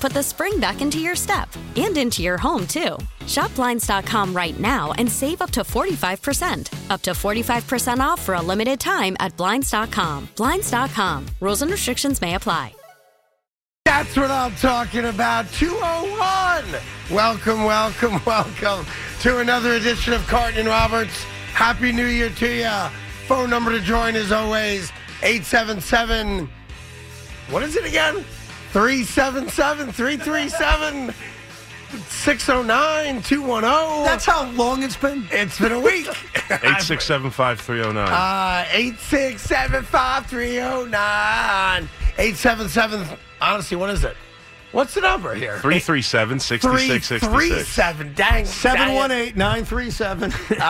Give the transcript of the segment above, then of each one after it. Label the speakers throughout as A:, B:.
A: put the spring back into your step and into your home, too. Shop Blinds.com right now and save up to 45%. Up to 45% off for a limited time at Blinds.com. Blinds.com. Rules and restrictions may apply.
B: That's what I'm talking about. 201. Welcome, welcome, welcome to another edition of Carton and Roberts. Happy New Year to you. Phone number to join is always 877. What is it again? 377 337 609 210.
C: That's how long it's been.
B: oh. It's been a week.
D: 8675309.
B: Uh, 8675309. 877. Honestly, what is it? What's the number here?
D: 337 6666.
B: 337. Dang.
C: 718 937.
B: Uh,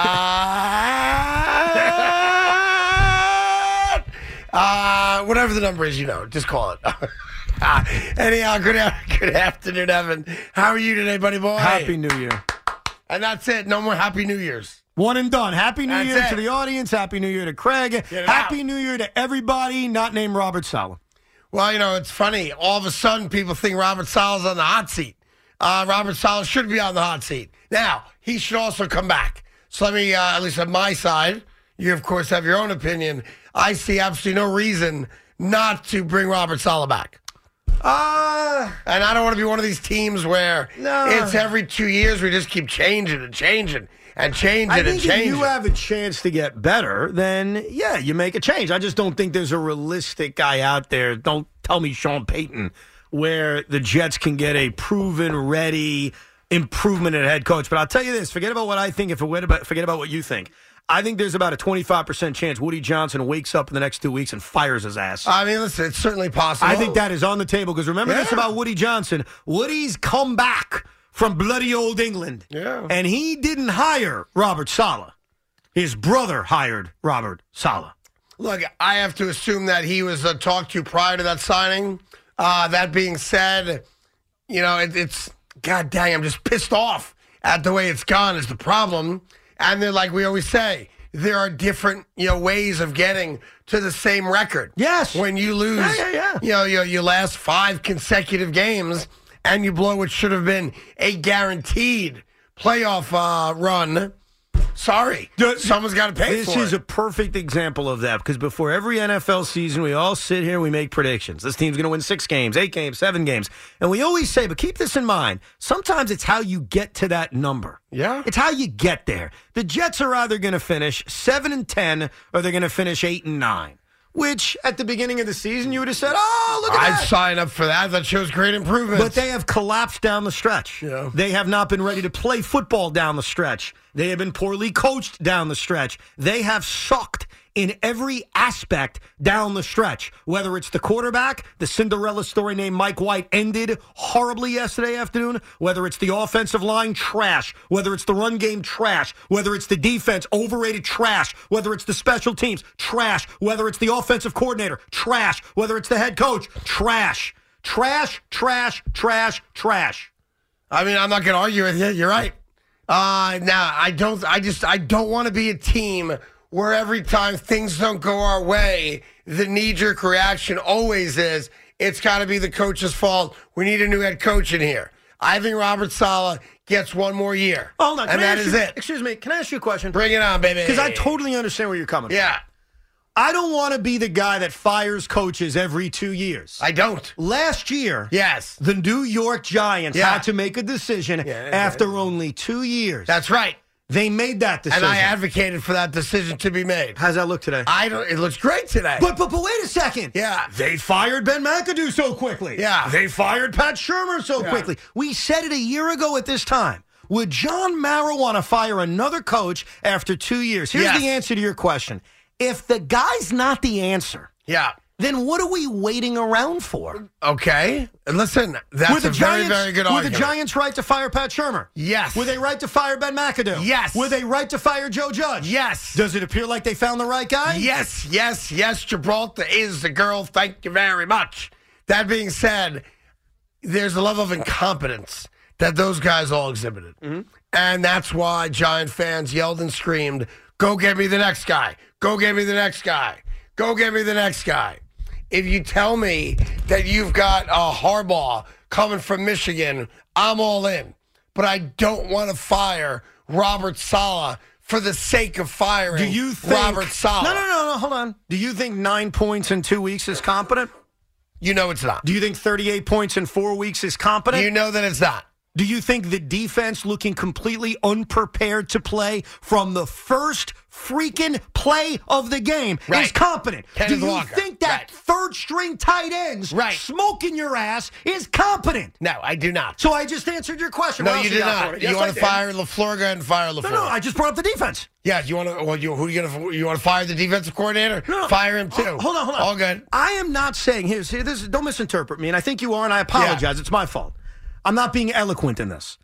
B: uh, whatever the number is, you know, just call it. Anyhow, good, af- good afternoon, Evan. How are you today, buddy boy?
C: Happy New Year.
B: And that's it. No more Happy New Year's.
C: One and done. Happy New
B: That's
C: Year
B: it.
C: to the audience. Happy New Year to Craig.
B: it
C: Happy
B: out.
C: New Year to everybody not named Robert Sala.
B: Well, you know, it's funny. All of a sudden, people think Robert Sala's on the hot seat. Uh, Robert Sala should be on the hot seat. Now, he should also come back. So let me, uh, at least on my side, you, of course, have your own opinion. I see absolutely no reason not to bring Robert Sala back.
C: Uh,
B: And I don't want to be one of these teams where
C: No.
B: it's every two years we just keep changing and changing and changing
C: I
B: and
C: think if
B: changing.
C: you have a chance to get better, then yeah, you make a change. I just don't think there's a realistic guy out there. Don't tell me Sean Payton, where the Jets can get a proven, ready improvement at head coach. But I'll tell you this: forget about what I think, and forget about forget about what you think. I think there's about a 25% chance Woody Johnson wakes up in the next two weeks and fires his ass.
B: I mean, listen, it's certainly possible.
C: I think that is on the table because remember this
B: Yeah.
C: about Woody Johnson. Woody's come back from bloody old England.
B: Yeah.
C: And he didn't hire Robert Sala. His brother hired Robert Sala.
B: Look, I have to assume that he was uh, talked to prior to that signing. Uh, that being said, you know, it, it's God dang, I'm just pissed off at the way it's gone is the problem. And then, like we always say, there are different you know ways of getting to the same record.
C: Yes.
B: when you lose,
C: Yeah, yeah, yeah.
B: you know, your, your last five consecutive games, and you blow what should have been a guaranteed playoff uh, run. Sorry,
C: The-
B: someone's got to pay
C: This
B: for
C: is
B: it.
C: a perfect example of that because before every NFL season, we all sit here and we make predictions. This team's going to win six games, eight games, seven games. And we always say, but keep this in mind sometimes it's how you get to that number.
B: Yeah.
C: It's how you get there. The Jets are either going to finish 7 and 10 or they're going to finish 8 and 9, which at the beginning of the season, you would have said, oh, look at
B: I'd
C: that.
B: sign up for that. That shows great improvement.
C: But they have collapsed down the stretch.
B: Yeah.
C: They have not been ready to play football down the stretch. They have been poorly coached down the stretch. They have sucked in every aspect down the stretch, whether it's the quarterback, the Cinderella story named Mike White ended horribly yesterday afternoon, whether it's the offensive line trash, whether it's the run game trash, whether it's the defense overrated trash, whether it's the special teams trash, whether it's the offensive coordinator trash, whether it's the head coach trash. Trash, trash, trash, trash.
B: I mean, I'm not going to argue with you. You're right. Uh, now, I don't. I just. I don't want to be a team where every time things don't go our way, the knee jerk reaction always is It's got to be the coach's fault. We need a new head coach in here. I think Robert Sala gets one more year.
C: Hold on, can
B: and
C: I
B: that
C: ask
B: is
C: you-
B: it.
C: Excuse me, can I ask you a question?
B: Bring it on, baby.
C: Because I totally understand where you're coming. from.
B: yeah,
C: I don't want to be the guy that fires coaches every two years.
B: I don't.
C: Last year,
B: Yes,
C: the New York Giants
B: Yeah.
C: had to make a decision
B: Yeah, yeah.
C: after only two years.
B: that's right.
C: they made that decision.
B: And I advocated for that decision to be made.
C: How's that look today?
B: I don't. It looks great today.
C: but, but but wait a second.
B: Yeah.
C: They fired Ben McAdoo so quickly.
B: Yeah.
C: They fired Pat Shermer so quickly. We said it a year ago at this time. Would John Mara want to fire another coach after two years? Here's
B: Yes.
C: the answer to your question. If the guy's not the answer,
B: yeah.
C: then what are we waiting around for?
B: Okay. And Listen,
C: were
B: that's
C: the
B: a
C: Giants,
B: very, very good
C: were
B: argument.
C: the Giants right to fire Pat Shermer?
B: Yes.
C: Were they right to fire Ben McAdoo?
B: Yes.
C: Were they right to fire Joe Judge?
B: Yes.
C: Does it appear like they found the right guy?
B: Yes, yes, yes. Gibraltar is the girl. Thank you very much. That being said, there's a level of incompetence that those guys all exhibited.
C: Mm-hmm.
B: And that's why Giant fans yelled and screamed, Go get me the next guy. Go get me the next guy. Go get me the next guy. If you tell me that you've got a Harbaugh coming from Michigan, I'm all in. But I don't want to fire Robert Sala for the sake of firing
C: Do you think
B: Robert Sala.
C: No, no, no, no. Hold on. Do you think nine points in two weeks is competent?
B: You know it's not.
C: Do you think thirty-eight points in four weeks is competent?
B: You know that it's not.
C: Do you think the defense looking completely unprepared to play from the first freaking play of the game is
B: Right.
C: competent?
B: Kenneth
C: Do you
B: Walker.
C: think that
B: Right.
C: third string tight ends
B: Right.
C: smoking your ass is competent?
B: No, I do not.
C: So I just answered your question.
B: no,
C: What else
B: you did
C: got for
B: not.
C: me? Yes,
B: you want
C: I
B: to
C: did.
B: fire Lafleur? Go ahead and fire Lafleur.
C: No, no, I just brought up the defense.
B: yeah, you want to? Well, you who are you gonna? You want to fire the defensive coordinator?
C: No, no.
B: Fire him too.
C: Ho- Hold on, hold on.
B: All good.
C: I am not saying here's here, this. Don't misinterpret me, and I think you are, and I apologize. It's my fault. I'm not being eloquent in this.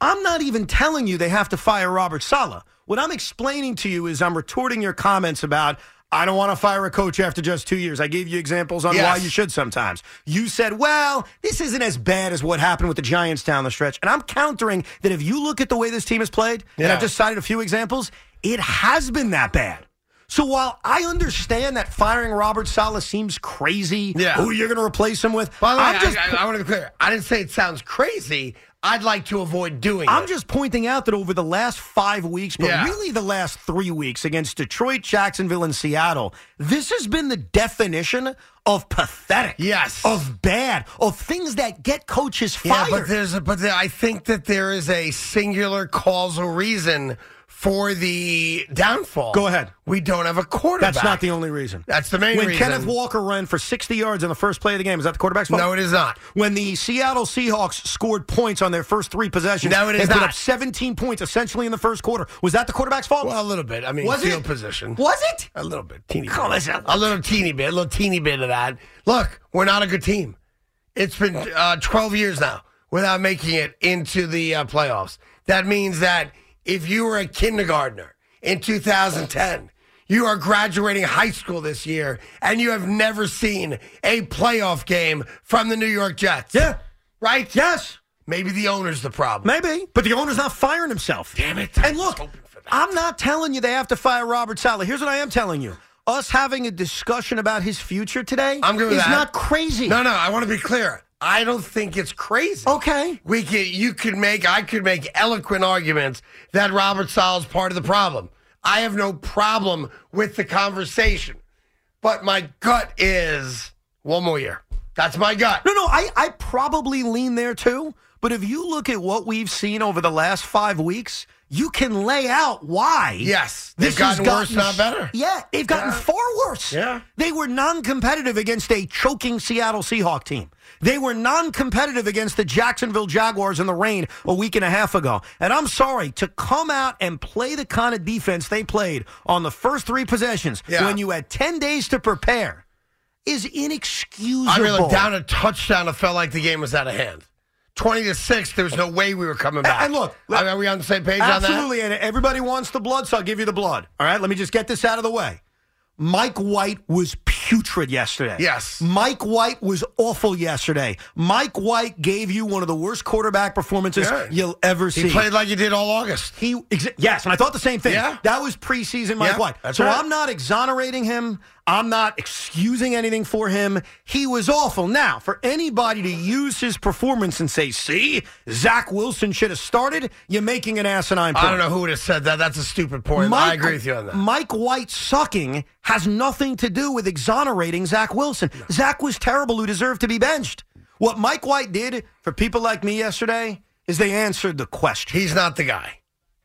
C: I'm not even telling you they have to fire Robert Sala. What I'm explaining to you is I'm retorting your comments about I don't want to fire a coach after just two years. I gave you examples on why
B: Yes.
C: you should sometimes. You said, well, this isn't as bad as what happened with the Giants down the stretch. And I'm countering that if you look at the way this team has played, and
B: Yeah.
C: I've just cited a few examples, it has been that bad. So while I understand that firing Robert Sala seems crazy,
B: Yeah.
C: who you're going to replace him with,
B: By the way,
C: I'm just
B: I, I, want to be clear. I didn't say it sounds crazy. I'd like to avoid doing.
C: I'm
B: it.
C: just pointing out that over the last five weeks, but
B: Yeah.
C: really the last three weeks against Detroit, Jacksonville, and Seattle, this has been the definition of pathetic.
B: Yes.
C: Of bad. Of things that get coaches
B: Yeah,
C: fired.
B: but there's a, but there, I think that there is a singular causal reason for the downfall.
C: Go ahead.
B: We don't have a quarterback.
C: That's not the only reason.
B: That's the main
C: when
B: reason.
C: Kenneth Walker ran for 60 yards on the first play of the game, is that the quarterback's fault?
B: No, it is not.
C: When the Seattle Seahawks scored points on their first three possessions,
B: No, it is
C: and put
B: not.
C: up 17 points essentially in the first quarter, was that the quarterback's fault?
B: Well, a little bit. I mean,
C: was
B: field
C: it?
B: position.
C: Was it?
B: A little bit, teeny.
C: Come on,
B: bit.
C: listen.
B: a little teeny bit, a little teeny bit of that. Look, we're not a good team. It's been uh, 12 years now without making it into the uh, playoffs. That means that if you were a kindergartner in 2010, you are graduating high school this year, and you have never seen a playoff game from the New York Jets.
C: Yeah.
B: Right?
C: Yes.
B: Maybe the owner's the problem.
C: Maybe, but the owner's not firing himself.
B: Damn it, I
C: And
B: was
C: look,
B: hoping for that.
C: I'm not telling you they have to fire Robert Sala. Here's what I am telling you. Us having a discussion about his future today
B: I'm good with
C: is
B: that.
C: not crazy.
B: No, no, I want to be clear. I don't think it's crazy.
C: Okay.
B: We could you could make I could make eloquent arguments that Robert Sala is part of the problem. I have no problem with the conversation. But my gut is one more year. That's my gut.
C: No, no, I, I probably lean there too. But if you look at what we've seen over the last five weeks, you can lay out why.
B: Yes, they've
C: has
B: gotten worse, not better.
C: Yeah, they've gotten far worse.
B: Yeah.
C: They were non competitive against a choking Seattle Seahawk team. They were non competitive against the Jacksonville Jaguars in the rain a week and a half ago. And I'm sorry, to come out and play the kind of defense they played on the first three possessions
B: Yeah.
C: when you had 10 days to prepare is inexcusable.
B: I mean, look, down a touchdown, it felt like the game was out of hand. Twenty to six, there was no way we were coming back.
C: And look,
B: I mean, are we on the same page on that?
C: Absolutely, and everybody wants the blood, so I'll give you the blood. All right, let me just get this out of the way. Mike White was putrid yesterday.
B: Yes.
C: Mike White was awful yesterday. Mike White gave you one of the worst quarterback performances
B: Yeah.
C: you'll ever
B: He
C: see.
B: played like he did all August.
C: He exa- yes, and I thought the same thing.
B: Yeah.
C: That was preseason Mike
B: Yeah,
C: White.
B: that's
C: So
B: right.
C: I'm not exonerating him. I'm not excusing anything for him. He was awful. Now, for anybody to use his performance and say, see, Zach Wilson should have started, you're making an asinine point.
B: I don't know who would have said that. That's a stupid point. I agree with you on that.
C: Mike White sucking has nothing to do with exonerating Zach Wilson. Zach was terrible who deserved to be benched. What Mike White did for people like me yesterday is they answered the question.
B: He's not the guy.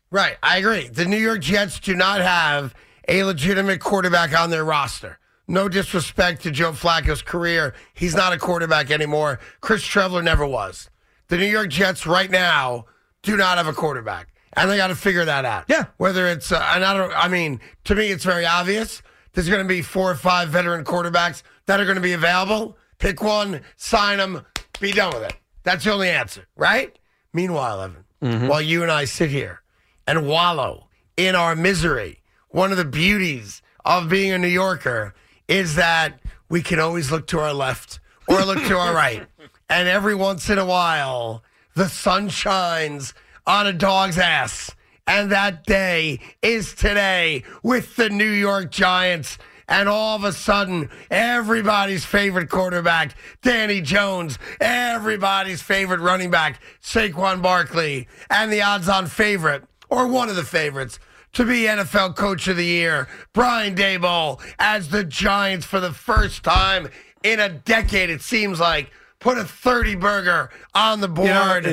B: Right. I agree. The New York Jets do not have a legitimate quarterback on their roster. No disrespect to Joe Flacco's career. He's not a quarterback anymore. Chris Trevler never was. The New York Jets right now do not have a quarterback. And they got to figure that out.
C: Yeah.
B: Whether it's, uh, and I don't, I mean, to me, it's very obvious. There's going to be four or five veteran quarterbacks that are going to be available. Pick one, sign them, be done with it. That's the only answer, right? Meanwhile, Evan, while you and I sit here and wallow in our misery, one of the beauties of being a New Yorker is that we can always look to our left or look to our right. And every once in a while, the sun shines on a dog's ass. And that day is today with the New York Giants. And all of a sudden, everybody's favorite quarterback, Danny Jones, everybody's favorite running back, Saquon Barkley, and the odds on favorite, or one of the favorites, to be NFL Coach of the Year, Brian Dayball, as the Giants for the first time in a decade, it seems like, put a 30 burger on the board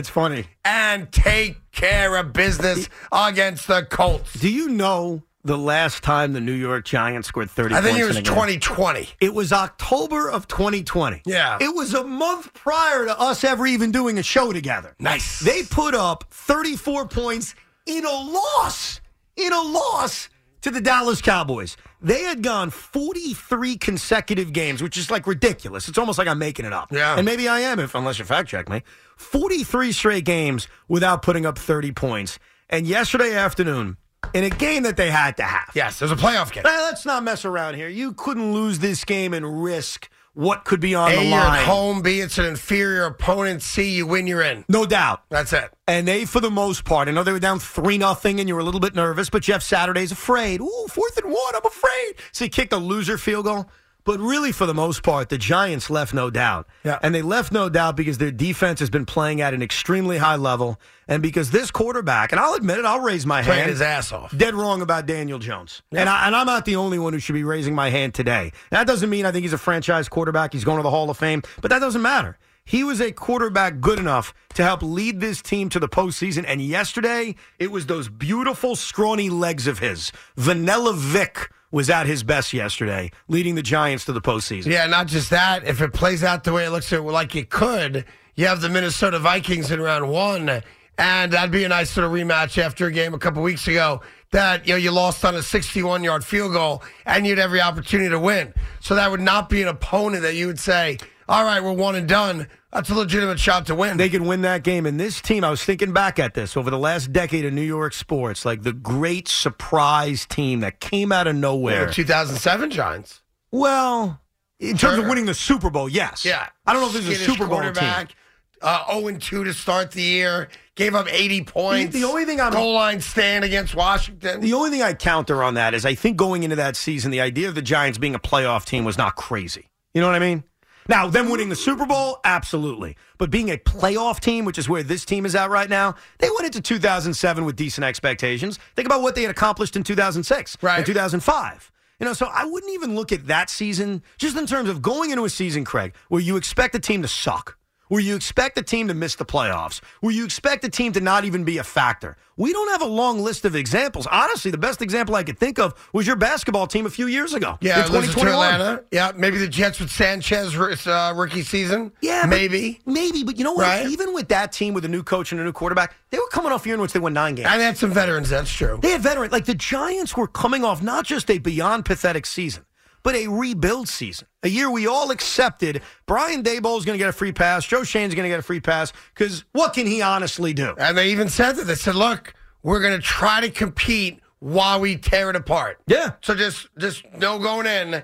C: funny.
B: and take care of business against the Colts.
C: Do you know the last time the New York Giants scored 30
B: I think
C: points
B: it
C: in
B: was
C: a game?
B: 2020.
C: It was October of 2020.
B: Yeah.
C: It was a month prior to us ever even doing a show together.
B: Nice.
C: They put up 34 points in a loss, in a loss to the Dallas Cowboys. They had gone 43 consecutive games, which is like ridiculous. It's almost like I'm making it up.
B: Yeah.
C: And maybe I am, if unless you fact check me. 43 straight games without putting up 30 points. And yesterday afternoon, in a game that they had to have.
B: Yes, there's a playoff game.
C: Hey, let's not mess around here. You couldn't lose this game and risk what could be on
B: A,
C: the
B: you're
C: line.
B: at home. B, it's an inferior opponent. C, you win, you're in.
C: No doubt.
B: That's it.
C: And they, for the most part, I know they were down 3 nothing, and you were a little bit nervous, but Jeff Saturday's afraid. Ooh, fourth and one, I'm afraid. So he kicked a loser field goal. But really, for the most part, the Giants left no doubt.
B: Yeah.
C: And they left no doubt because their defense has been playing at an extremely high level. And because this quarterback, and I'll admit it, I'll raise my
B: Played
C: hand.
B: his ass off.
C: Dead wrong about Daniel Jones. And, I, and I'm not the only one who should be raising my hand today. That doesn't mean I think he's a franchise quarterback. He's going to the Hall of Fame, but that doesn't matter. He was a quarterback good enough to help lead this team to the postseason. And yesterday, it was those beautiful, scrawny legs of his. Vanilla Vic was at his best yesterday, leading the Giants to the postseason.
B: Yeah, not just that. If it plays out the way it looks like it could, you have the Minnesota Vikings in round one, and that'd be a nice sort of rematch after a game a couple weeks ago that you know you lost on a 61-yard field goal, and you had every opportunity to win. So that would not be an opponent that you would say, "All right, we're one and done." That's a legitimate shot to win.
C: they can win that game. And this team, I was thinking back at this over the last decade of New York sports, like the great surprise team that came out of nowhere.
B: the 2007 Giants.
C: Well, in terms of
B: Sure.
C: winning the Super Bowl, yes.
B: Yeah,
C: I don't know if this is a
B: Skittish
C: Super Bowl team.
B: quarterback. Uh, 0 and 2 to start the year. Gave up 80 points.
C: The- the only thing I'm-
B: goal line stand against Washington.
C: The only thing I counter on that is I think going into that season, the idea of the Giants being a playoff team was not crazy. You know what I mean? Now, them winning the Super Bowl, absolutely. But being a playoff team, which is where this team is at right now, they went into 2007 with decent expectations. Think about what they had accomplished in 2006
B: Right.
C: and 2005. You know, so I wouldn't even look at that season just in terms of going into a season, Craig, where you expect a team to suck, where you expect a team to miss the playoffs, where you expect a team to not even be a factor. We don't have a long list of examples. Honestly, the best example I could think of was your basketball team a few years ago.
B: Yeah,
C: in
B: loses to
C: 2021.
B: Atlanta. Yeah, maybe the Jets with Sanchez uh, rookie season.
C: Yeah, but-
B: maybe.
C: maybe, but you know what?
B: Right?
C: Even with that team, with a new coach and a new quarterback, they were coming off a year in which they won nine games.
B: And had some veterans. That's true.
C: They had veteran like the Giants were coming off not just a beyond pathetic season, but a rebuild season. A year we all accepted Brian Dayball is going to get a free pass, Joe Shane's going to get a free pass because what can he honestly do?
B: And they even said that they said, "Look, we're going to try to compete while we tear it apart."
C: Yeah.
B: So just just no going in.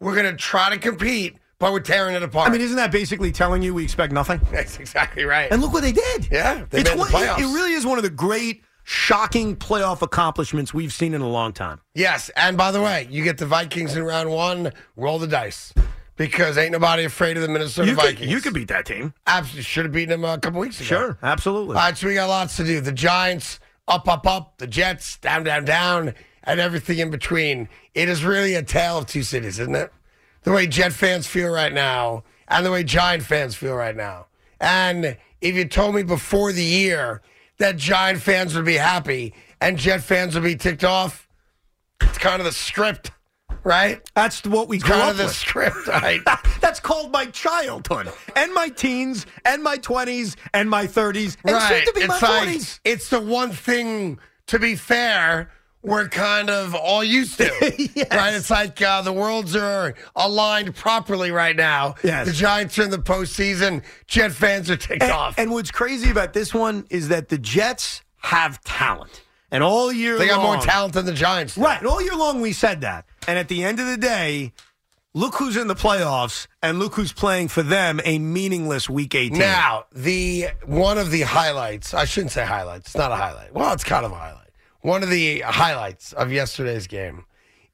B: We're going to try to compete, but we're tearing it apart.
C: I mean, isn't that basically telling you we expect nothing?
B: that's exactly right.
C: And look what they did.
B: Yeah, they
C: it's
B: made the
C: one- it-
B: playoffs.
C: It really is one of the great shocking playoff accomplishments we've seen in a long time.
B: Yes, and by the way, you get the Vikings in round one. Roll the dice because ain't nobody afraid of the Minnesota
C: you,
B: Vikings.
C: Could, you could beat that team.
B: absolutely should have beaten them a couple weeks ago.
C: Sure, absolutely.
B: All right, so we got lots to do. The Giants up, up, up. The Jets down, down, down, and everything in between. It is really a tale of two cities, isn't it? The way Jet fans feel right now, and the way Giant fans feel right now. And if you told me before the year that Giant fans would be happy and Jet fans would be ticked off, it's kind of the script, right?
C: That's what we grew
B: Kind
C: up
B: of the
C: with.
B: script, right?
C: That's called my childhood and my teens and my 20s and my 30s and
B: right.
C: soon to be
B: it's
C: my
B: like,
C: 40s.
B: It's the one thing, to be fair, we're kind of all used to. Right? It's like uh, the worlds are aligned properly right now.
C: Yes.
B: The Giants are in the postseason. Jet fans are ticked
C: And,
B: off.
C: and what's crazy about this one is that the Jets have talent. And all year
B: they got more
C: long-
B: talent than the Giants. do.
C: Right. And all year long we said that. And at the end of the day, look who's in the playoffs and look who's playing for them a meaningless week 18.
B: Now, the one of the highlights, I shouldn't say highlights, it's not a highlight. Well, it's kind of a highlight. One of the highlights of yesterday's game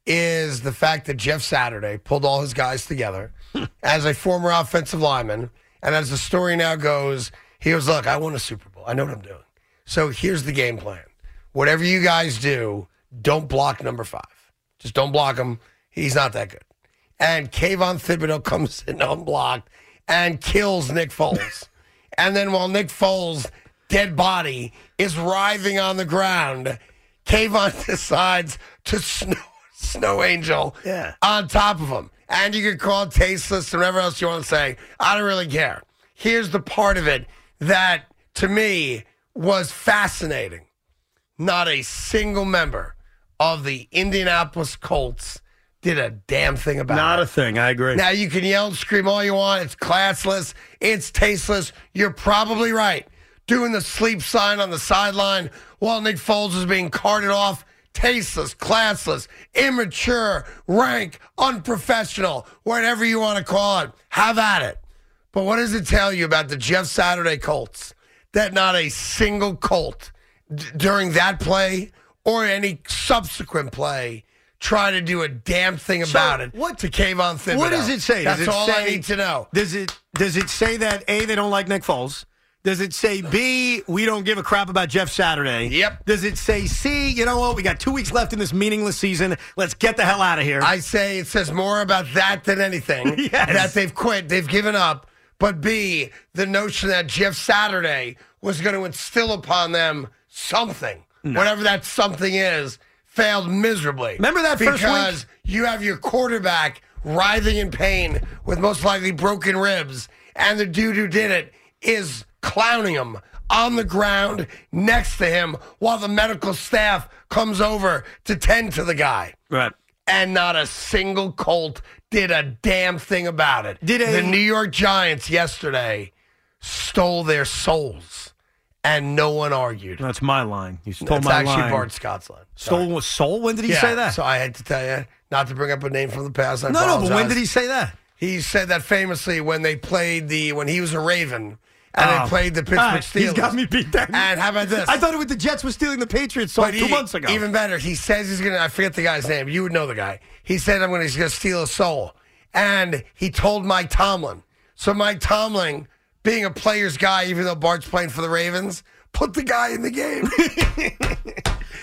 B: is the fact that Jeff Saturday pulled all his guys together as a former offensive lineman. And as the story now goes, he was, Look, I won a Super Bowl. I know what I'm doing. So here's the game plan. Whatever you guys do, don't block number five. Just don't block him. He's not that good and Kayvon Thibodeau comes in unblocked and kills Nick Foles. and then while Nick Foles' dead body is writhing on the ground, Kayvon decides to snow, snow angel
C: Yeah.
B: on top of him. And you can call it tasteless and whatever else you want to say. I don't really care. Here's the part of it that to me was fascinating not a single member of the Indianapolis Colts did a damn thing about
C: Not
B: it.
C: a thing. I agree.
B: now you can yell and scream all you want. It's classless. It's tasteless. You're probably right. Doing the sleep sign on the sideline while Nick Foles is being carted off. Tasteless, classless, immature, rank, unprofessional, whatever you want to call it. Have at it. But what does it tell you about the Jeff Saturday Colts? That not a single Colt d- during that play or any subsequent play tried to do a damn thing about it.
C: what-
B: to Kayvon Thibodeau?
C: What does it say?
B: That's
C: does it
B: all
C: say,
B: I need to know.
C: Does it does it say that A, they don't like Nick Foles? Does it say B, we don't give a crap about Jeff Saturday?
B: Yep.
C: Does it say C, you know what, we got two weeks left in this meaningless season. Let's get the hell out of here.
B: I say it says more about that than anything.
C: Yes.
B: That they've quit, they've given up. But B, the notion that Jeff Saturday was going to instill upon them something, whatever that something is, failed miserably.
C: Remember that first
B: because
C: week?
B: you have your quarterback writhing in pain with most likely broken ribs, and the dude who did it is clowning him on the ground next to him while the medical staff comes over to tend to the guy
C: right.
B: and not a single Colt did a damn thing about it.
C: Did a-
B: the New York Giants yesterday stole their souls, and no one argued.
C: That's my line. You stole
B: That's
C: my
B: actually
C: line.
B: Bart Scott's line. Sorry.
C: Stole a soul? When did he
B: Yeah,
C: say that?
B: So I had to tell you not to bring up a name from the past. I
C: no, no, but when
B: apologize.
C: did he say that?
B: He said that famously when they played the when he was a Raven and
C: Oh.
B: they played the Pittsburgh
C: All right,
B: Steelers.
C: He's got me beat then.
B: And how about this?
C: I thought it was the Jets was stealing the Patriots song
B: But
C: two
B: he-
C: months ago.
B: Even better, he says he's gonna. I forget the guy's name. You would know the guy. He said I'm gonna. He's gonna steal a soul, and he told Mike Tomlin. So Mike Tomlin, being a player's guy, even though Bart's playing for the Ravens, put the guy in the game.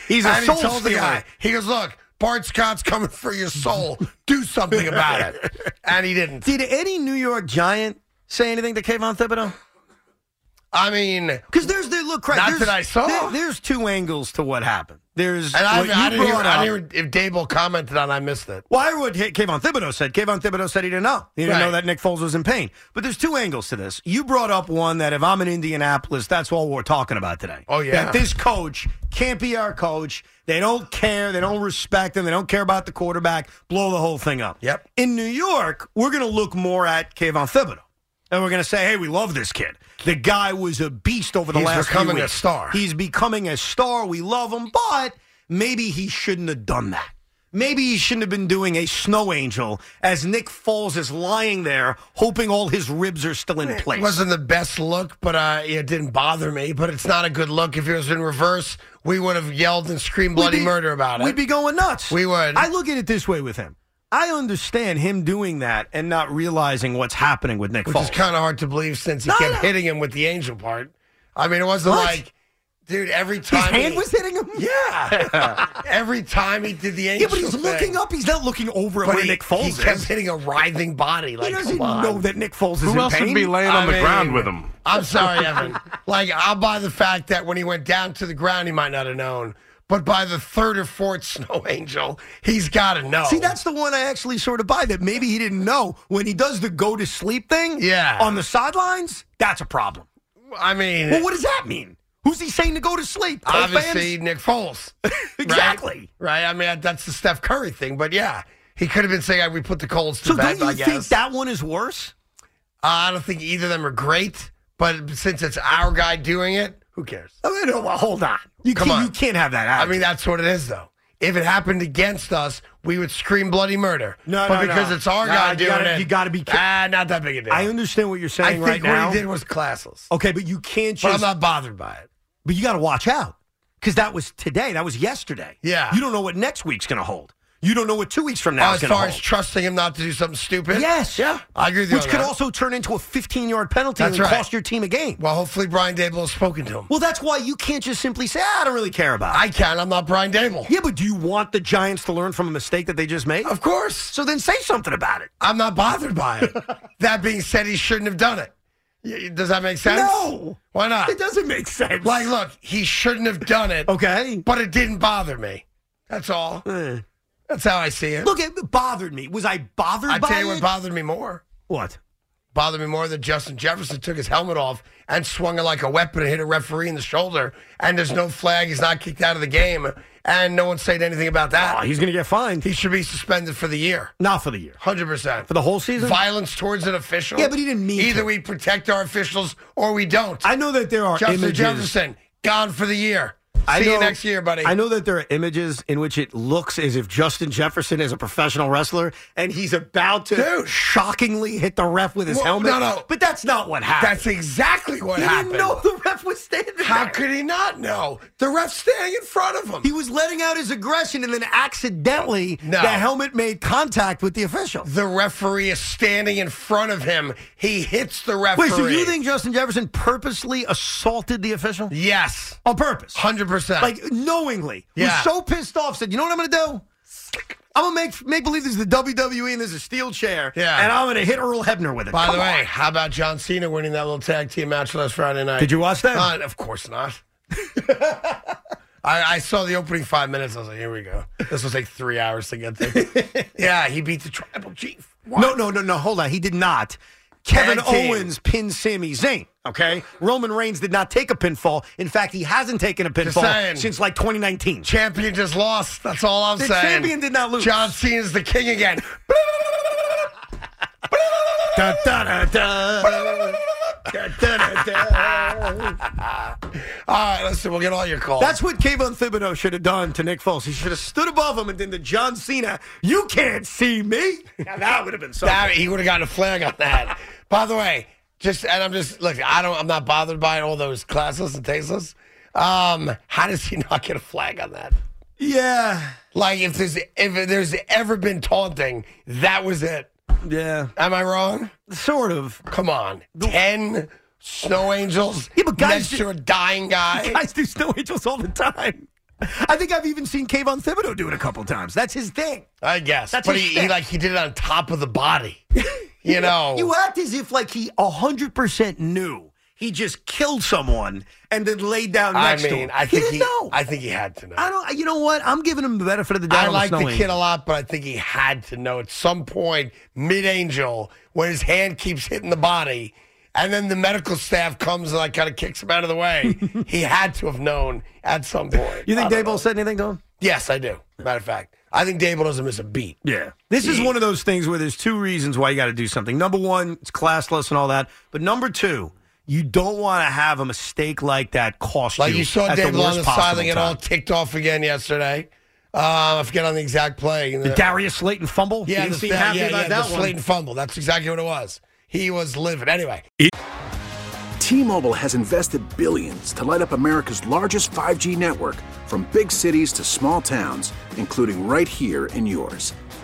C: he's a
B: and he
C: soul
B: told the
C: stealer.
B: guy. He goes, look. Bart Scott's coming for your soul. Do something about it. And he didn't.
C: Did any New York Giant say anything to Kayvon Thibodeau?
B: I mean,
C: Because there's the look. Craig,
B: Not
C: there's-
B: that I saw.
C: there- there's two angles to what happened. There's
B: and I,
C: what you
B: I, didn't hear,
C: brought up.
B: I didn't hear if Dable commented on. I missed it.
C: Why would K- Kayvon Thibodeau said? Kayvon Thibodeau said he didn't know. He didn't
B: Right.
C: know that Nick Foles was in pain. But there's two angles to this. You brought up one that if I'm in Indianapolis, that's all we're talking about today.
B: Oh, yeah.
C: That this coach can't be our coach. They don't care. They don't respect him. They don't care about the quarterback. Blow the whole thing up.
B: Yep.
C: In New York, we're going to look more at Kayvon Thibodeau. And we're going to say, hey, we love this kid. The guy was a beast over the
B: He's
C: last few
B: becoming a
C: weeks.
B: star.
C: He's becoming a star. We love him, but maybe he shouldn't have done that. Maybe he shouldn't have been doing a snow angel as Nick Foles is lying there hoping all his ribs are still in place.
B: It wasn't the best look, but uh, it didn't bother me. But it's not a good look. If it was in reverse, we would have yelled and screamed
C: We'd
B: bloody
C: be-
B: murder about it.
C: We'd be going nuts.
B: We would.
C: I look at it this way with him. I understand him doing that and not realizing what's happening with Nick
B: which
C: Foles.
B: is kind of hard to believe since he
C: No,
B: kept
C: no.
B: hitting him with the angel part. I mean, it wasn't
C: What?
B: like, dude, every
C: his
B: time
C: hand
B: he-
C: was hitting him.
B: Yeah, every time he did the
C: Yeah,
B: angel.
C: but he's
B: thing,
C: looking up. He's not looking over at
B: But
C: where
B: he,
C: Nick Foles
B: he kept
C: is.
B: hitting a writhing body. Like
C: he doesn't
B: come on.
C: know that Nick Foles is
D: Who
C: in
D: else
C: pain.
D: would be laying
B: I
D: on the
B: mean-
D: ground with him?
B: I'm sorry, Evan. like, I'll buy the fact that when he went down to the ground, he might not have known. But by the third or fourth snow angel, he's got to know.
C: See, that's the one I actually sort of buy that maybe he didn't know when he does the go to sleep thing.
B: Yeah.
C: on the sidelines, that's a problem.
B: I mean,
C: Well, what does that mean? Who's he saying to go to sleep? Colts fans?
B: obviously Nick Foles.
C: exactly.
B: Right? I mean, that's the Steph Curry thing. But yeah, he could have been saying, "Ah, we put the Colts to
C: So
B: bed,
C: don't you
B: I
C: think
B: guess.
C: that one is worse?
B: Uh, I don't think either of them are great. But since it's our guy doing it, who cares?
C: I mean, Oh, no, well, hold on. You
B: Come
C: can't,
B: on.
C: you can't have that.
B: I
C: Attitude.
B: mean, that's what it is, though. If it happened against us, we would scream bloody murder.
C: No,
B: but
C: no,
B: because
C: no.
B: it's our
C: No,
B: guy
C: you
B: doing
C: gotta-
B: it,
C: you gotta be ki-
B: ah, not that big a deal.
C: I understand what you're
B: I
C: saying
B: think
C: right
B: what
C: now.
B: he did was classless,
C: okay, but you can't
B: but
C: just.
B: I'm not bothered by it.
C: but you got to watch out because that was today. That was yesterday.
B: Yeah.
C: You don't know what next week's going to hold. You don't know what two weeks from now
B: Oh,
C: is
B: as
C: going to
B: far
C: hold.
B: as trusting him not to do something stupid,
C: yes.
B: yeah, I agree with you.
C: Which
B: on
C: could
B: that.
C: also turn into a 15 yard penalty
B: That's
C: and
B: right.
C: cost your team a game.
B: well, hopefully Brian Dable has spoken to him.
C: Well, that's why you can't just simply say, "Ah, I don't really care about it.
B: I can. I'm not Brian Dable.
C: yeah, but do you want the Giants to learn from a mistake that they just made?
B: Of course,
C: So then say something about it.
B: I'm not bothered by it. that being said, he shouldn't have done it. Y- Does that make sense?
C: No.
B: Why not?
C: It doesn't make sense.
B: Like, look, he shouldn't have done it.
C: okay.
B: but it didn't bother me. That's all.
C: Eh.
B: That's how I see it.
C: Look, it bothered me. Was I bothered
B: I
C: by
B: tell you
C: it?
B: what bothered me more.
C: what?
B: Bothered me more that Justin Jefferson took his helmet off and swung it like a weapon and hit a referee in the shoulder. And there's no flag. He's not kicked out of the game. And no one said anything about
C: Oh,
B: that.
C: he's going to get fined.
B: He should be suspended for the year.
C: Not for the year.
B: 100%.
C: For the whole season?
B: Violence towards an official?
C: Yeah, but he didn't mean
B: Either
C: to.
B: we protect our officials or we don't.
C: I know that there are
B: Justin
C: images.
B: Jefferson, gone for the year.
C: I
B: See you
C: know-
B: next year, buddy.
C: I know that there are images in which it looks as if Justin Jefferson is a professional wrestler and he's about to
B: Dude.
C: shockingly hit the ref with his
B: Well,
C: helmet.
B: no, no.
C: But that's not what happened.
B: That's exactly what
C: he
B: happened.
C: didn't know the ref was standing
B: How
C: there.
B: could he not know? The ref's standing in front of him.
C: He was letting out his aggression and then accidentally
B: No.
C: the helmet made contact with the official.
B: the referee is standing in front of him. He hits the referee.
C: Wait, so you think Justin Jefferson purposely assaulted the official?
B: Yes,
C: On purpose.
B: hundred percent.
C: Like knowingly.
B: Yeah.
C: Was so pissed off, said, you know what I'm gonna do? I'm gonna make make believe this is the WWE and there's a steel chair.
B: Yeah.
C: And I'm gonna hit Earl Hebner with it.
B: By
C: Come
B: the way,
C: on.
B: how about John Cena winning that little tag team match last Friday night?
C: Did you watch that?
B: Uh, of course not. I, I saw the opening five minutes. I was like, here we go. This will take three hours to get there. yeah, he beat the tribal chief.
C: No, no, no, no. Hold on. He did not. Kevin
B: Tag team.
C: Owens pinned Sami Zayn. Okay. Roman Reigns did not take a pinfall. In fact, he hasn't taken a pinfall
B: saying.
C: since like 2019.
B: Champion just lost. That's all I'm
C: The
B: saying.
C: champion did not lose.
B: John Cena's the king again.
C: Da, da, da, da. Da, da, da, da.
B: All right, listen, we'll get all your calls.
C: That's what Kayvon Thibodeau should have done to Nick Foles. He should have stood above him and then to John Cena, you can't see me. Now, that would have been something.
B: That- he would have gotten a flag on that. By the way, just and I'm just look, I don't, I'm not bothered by all those classless and tasteless. Um, how does he not get a flag on that?
C: yeah.
B: Like if there's if there's ever been taunting, that was it.
C: Yeah.
B: Am I wrong?
C: Sort of.
B: Come on, ten snow angels
C: Yeah, but guys
B: next
C: ju-
B: to a dying guy.
C: Guys do snow angels all the time. I think I've even seen Kayvon Thibodeau do it a couple times. That's his thing.
B: I guess,
C: That's
B: but
C: his
B: he, he
C: shtick.
B: like he did it on top of the body. You know,
C: You act as if like he 100% knew he just killed someone and then laid down
B: I
C: next to
B: mean,
C: him.
B: I think
C: he didn't know.
B: I think he had to know.
C: I don't. You know what? I'm giving him the benefit of the doubt.
B: I
C: on
B: like
C: snow
B: the kid
C: angel.
B: a lot, but I think he had to know at some point, mid angel, when his hand keeps hitting the body, and then the medical staff comes and like kind of kicks him out of the way. he had to have known at some point.
C: You think
B: I don't know.
C: Dayball said anything to him?
B: Yes, I do. Matter of fact, I think Dable doesn't miss a beat.
C: Yeah. This is one of those things where there's two reasons why you got to do something. Number one, it's classless and all that. But number two, you don't want to have a mistake like that cost
B: Like
C: you.
B: Uh, you saw
C: at the
B: Dable on
C: worst
B: the
C: possible
B: sideline get all
C: time.
B: ticked off again yesterday. Uh, I forget on the exact play.
C: The Darius Slayton fumble.
B: yeah,
C: you
B: the,
C: didn't seem
B: yeah,
C: happy
B: yeah,
C: about
B: yeah,
C: that
B: the
C: one.
B: Slayton fumble. That's exactly what it was. He was livid. Anyway,
E: T-Mobile has invested billions to light up America's largest 5G network from big cities to small towns, including right here in yours.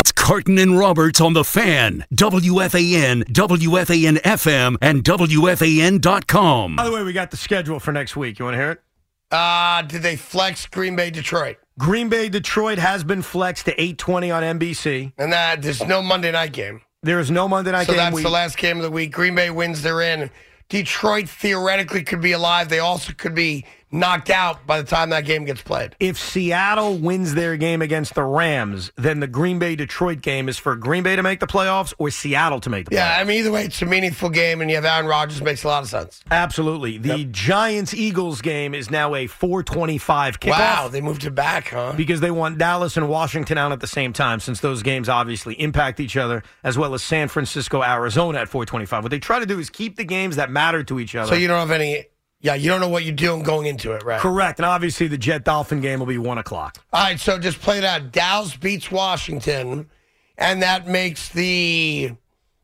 F: It's Carton and Roberts on the fan, WFAN, WFAN FM, and WFAN.com.
C: By the way, we got the schedule for next week. You want to hear it?
B: uh, did they flex Green Bay, Detroit?
C: Green Bay Detroit has been flexed to 8:20 on NBC.
B: And that there's no Monday night game.
C: There is no Monday night
B: so
C: game.
B: that's
C: week.
B: the last game of the week. Green Bay wins, they're in. Detroit theoretically could be alive. They also could be knocked out by the time that game gets played.
C: if Seattle wins their game against the Rams, then the Green Bay Detroit game is for Green Bay to make the playoffs or Seattle to make the playoffs.
B: Yeah, I mean, either way, it's a meaningful game, and you have Aaron Rodgers, makes a lot of sense.
C: absolutely. The Giants Eagles game is now a 425 kickoff.
B: Wow, they moved it back, huh?
C: because they want Dallas and Washington out at the same time, since those games obviously impact each other, as well as San Francisco, Arizona at 425. What they try to do is keep the games that matter to each other.
B: So you don't have any. Yeah, you don't know what you're doing going into it, right?
C: Correct. And obviously, the Jet Dolphin game will be 1 o'clock.
B: All right, so just played out. Dallas beats Washington, and that makes the.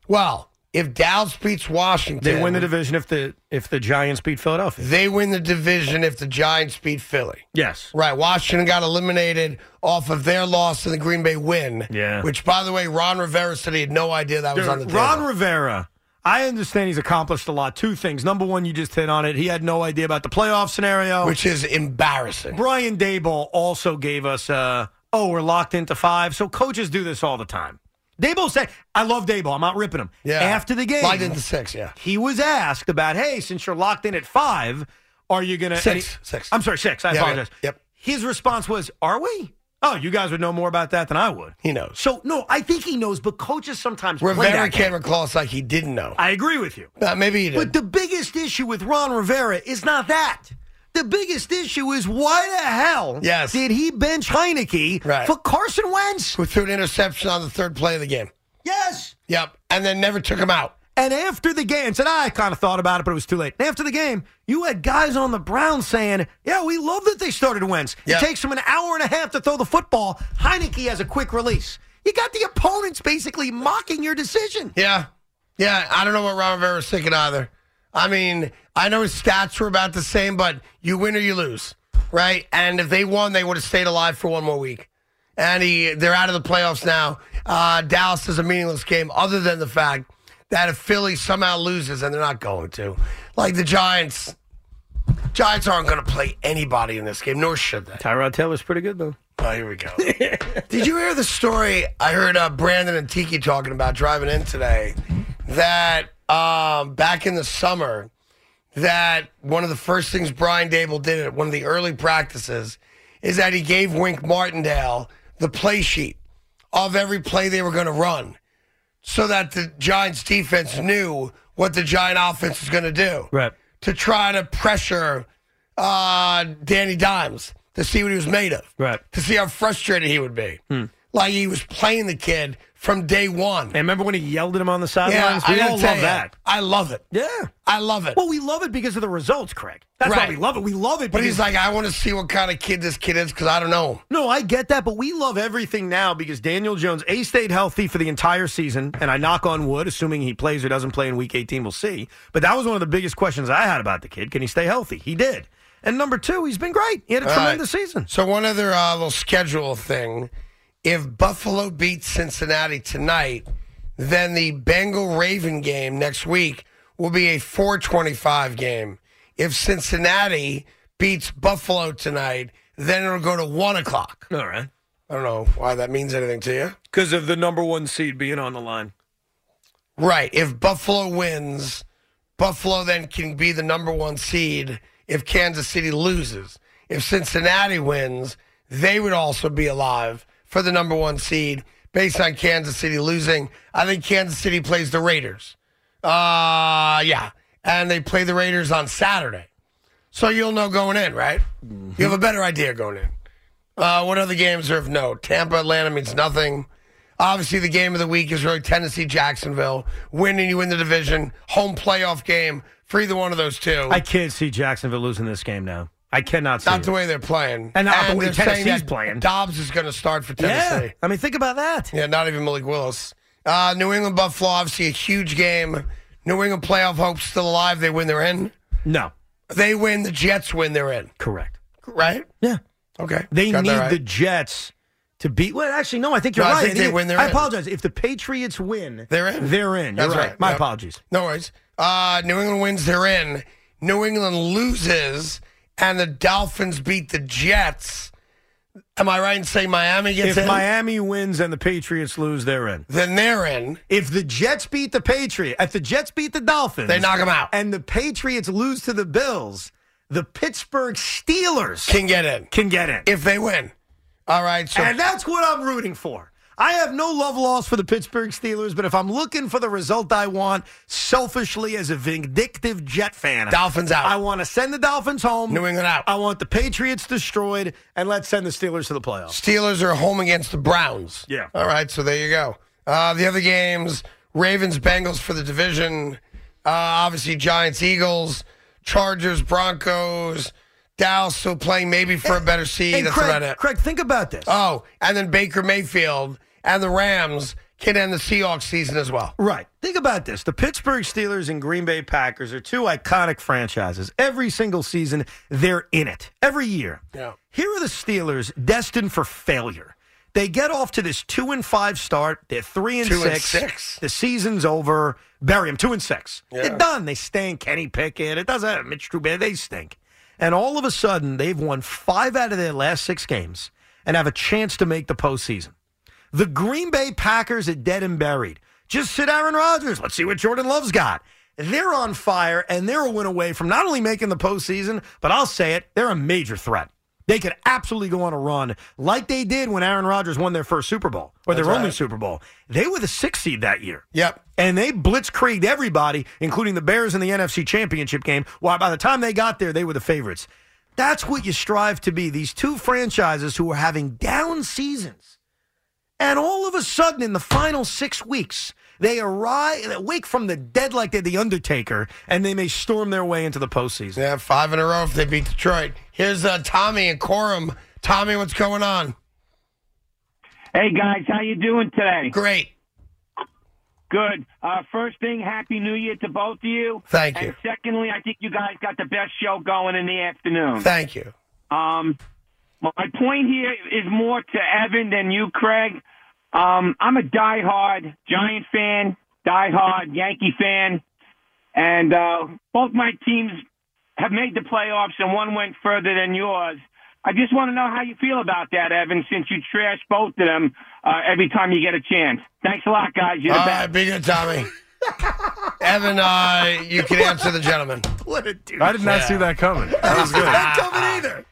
B: Well, if Dallas beats Washington,
C: They win the division if the if the Giants beat Philadelphia.
B: They win the division if the Giants beat Philly.
C: Yes.
B: Right. Washington got eliminated off of their loss and the Green Bay win.
C: Yeah.
B: Which, by the way, Ron Rivera said he had no idea that was on the
C: Dude,
B: table.
C: Ron Rivera. I understand he's accomplished a lot. Two things. Number one, you just hit on it. He had no idea about the playoff scenario.
B: which is embarrassing.
C: Brian Dayball also gave us, uh, oh, we're locked into five. So coaches do this all the time. Dayball said, I love Dayball. I'm not ripping him.
B: Yeah.
C: After the game,
B: Locked into six, yeah.
C: he was asked about, hey, since you're locked in at five, are you going to.
B: Six, six.
C: I'm sorry, six. I
B: Yeah,
C: apologize.
B: yeah, yep.
C: His response was, are we? Oh, you guys would know more about that than I would.
B: He knows.
C: So, no, I think he knows, but coaches sometimes play
B: Rivera
C: that game.
B: came across like he didn't know.
C: I agree with you.
B: Uh, maybe he did.
C: But the biggest issue with Ron Rivera is not that. The biggest issue is why the hell
B: Yes.
C: did he bench Heineke
B: Right.
C: for Carson Wentz?
B: who threw an interception on the third play of the game.
C: Yes.
B: Yep. And then never took him out.
C: And after the game, said I kind of thought about it, but it was too late. And after the game, you had guys on the Browns saying, "Yeah, we love that they started Wentz.
B: Yeah.
C: It takes them an hour and a half to throw the football. Heineke has a quick release. You got the opponents basically mocking your decision.
B: Yeah. Yeah. I don't know what Ron Rivera's thinking either. I mean, I know his stats were about the same, but you win or you lose, right? And if they won, they would have stayed alive for one more week. And he, they're out of the playoffs now. Uh, Dallas is a meaningless game, other than the fact that if Philly somehow loses, and they're not going to, like the Giants, Giants aren't going to play anybody in this game, nor should they.
C: Tyrod Taylor's pretty good though.
B: Oh, here we go. Did you hear the story I heard uh, Brandon and Tiki talking about driving in today? That um, back in the summer, that one of the first things Brian Dable did at one of the early practices is that he gave Wink Martindale the play sheet of every play they were going to run so that the Giants defense knew what the Giant offense was going to do
C: Right.
B: to try to pressure uh, Danny Dimes to see what he was made of,
C: Right. Hmm.
B: to see how frustrated he would be. Like he was playing the kid from day one.
C: And remember when he yelled at him on the sidelines?
B: I
C: we
B: gotta
C: all
B: tell
C: love
B: ya,
C: that.
B: I love it.
C: Yeah.
B: I love it.
C: Well, we love it because of the results, Craig. That's
B: Right.
C: why we love it. We love it.
B: But
C: because-
B: he's like, I want to see what kind of kid this kid is because I don't know him.
C: No, I get that, but we love everything now because Daniel Jones A stayed healthy for the entire season, and I knock on wood, assuming he plays or doesn't play in Week 18, we'll see. But that was one of the biggest questions I had about the kid: can he stay healthy? He did, and number two, he's been great. He had a
B: All right.
C: tremendous season.
B: So one other uh, little schedule thing: if Buffalo beats Cincinnati tonight, then the Bengal Raven game next week will be a 4:25 game. If Cincinnati beats Buffalo tonight, then it'll go to one o'clock.
C: All right,
B: I don't know why that means anything to you.
C: because of the number one seed being on the line.
B: Right. If Buffalo wins, Buffalo then can be the number one seed if Kansas City loses. If Cincinnati wins, they would also be alive for the number one seed based on Kansas City losing. I think Kansas City plays the Raiders. Uh yeah. And they play the Raiders on Saturday. So you'll know going in, right? You have a better idea going in. Uh, what other games are of note? Tampa, Atlanta means nothing. Obviously, the game of the week is really Tennessee, Jacksonville. Win and you win the division. Home playoff game for either one of those two.
C: I can't see Jacksonville losing this game now. I cannot see.
B: not
C: it.
B: the way they're playing.
C: And not the way
B: they're saying
C: Tennessee's
B: that
C: playing.
B: Dobbs is going to start for
C: yeah,
B: Tennessee.
C: I mean, think about that.
B: Yeah, not even Malik Willis. Uh, New England, Buffalo, obviously a huge game. New England playoff hopes still alive. They win, they're in.
C: No,
B: They win, the Jets win, they're in.
C: correct.
B: Right?
C: Yeah.
B: Okay.
C: They
B: Got that
C: need
B: right.
C: the Jets to beat. Well, actually, no. I think you're
B: No, I
C: right.
B: think they win, they're
C: I
B: in.
C: apologize. If the Patriots win,
B: They're in.
C: They're in. You're
B: That's
C: right.
B: right.
C: My
B: Yep.
C: apologies.
B: No worries. Uh, New England wins, they're in. New England loses, and the Dolphins beat the Jets. Am I right in saying Miami gets
C: if
B: in?
C: Miami wins and the Patriots lose, they're in.
B: then they're in.
C: If the Jets beat the Patriots, if the Jets beat the Dolphins,
B: They knock 'em out.
C: and the Patriots lose to the Bills, the Pittsburgh Steelers
B: Can get in
C: can get in.
B: if they win. All right. So
C: and that's what I'm rooting for. I have no love loss for the Pittsburgh Steelers, but if I'm looking for the result I want, selfishly as a vindictive Jet fan,
B: Dolphins out.
C: I want to send the Dolphins home.
B: New England out.
C: I want the Patriots destroyed, and let's send the Steelers to the playoffs.
B: Steelers are home against the Browns.
C: Yeah.
B: All right. So there you go. Uh, the other games: Ravens, Bengals for the division. Uh, obviously, Giants, Eagles, Chargers, Broncos. Dallas still playing maybe for a better seed.
C: And
B: That's
C: Craig,
B: about it.
C: Craig, think about this.
B: Oh, and then Baker Mayfield and the Rams can end the Seahawks season as well.
C: Right. Think about this. The Pittsburgh Steelers and Green Bay Packers are two iconic franchises. Every single season, they're in it. Every year.
B: Yeah.
C: Here are the Steelers destined for failure. They get off to this two and five start. They're three and
B: Two and
C: six.
B: six.
C: The season's over. Bury them. Two and six.
B: Yeah.
C: They're done. They stink. Kenny Pickett. It doesn't. Mitch Trubisky. They stink. And all of a sudden, they've won five out of their last six games and have a chance to make the postseason. The Green Bay Packers are dead and buried. Just sit Aaron Rodgers. Let's see what Jordan Love's got. They're on fire, and they're a win away from not only making the postseason, but I'll say it, they're a major threat. They could absolutely go on a run like they did when Aaron Rodgers won their first Super Bowl or their only Super Bowl. They were the sixth seed that year.
B: Yep.
C: And they blitzkrieged everybody, including the Bears in the NFC Championship game. Why, by the time they got there, they were the favorites. That's what you strive to be. These two franchises who are having down seasons. And all of a sudden, in the final six weeks, they arrive, they wake from the dead like they're the Undertaker, and they may storm their way into the postseason.
B: Yeah, five in a row if they beat Detroit. Here's uh, Tommy and Corum. Tommy, what's going on?
G: Hey guys, how you doing today?
B: Great.
G: Good. Uh, first thing, happy New Year to both of you.
B: Thank
G: and
B: you.
G: secondly, I think you guys got the best show going in the afternoon.
B: Thank you.
G: Um, my point here is more to Evan than you, Craig. Um, I'm a diehard Giant fan, diehard Yankee fan, and uh, both my teams have made the playoffs, and one went further than yours. I just want to know how you feel about that, Evan, since you trash both of them uh, every time you get a chance. Thanks a lot, guys. You're the
B: All
G: best.
B: right, be good, Tommy. Evan, uh, you can answer the gentleman.
C: What a dude.
D: I did not see that coming. That was good.
C: Not coming either.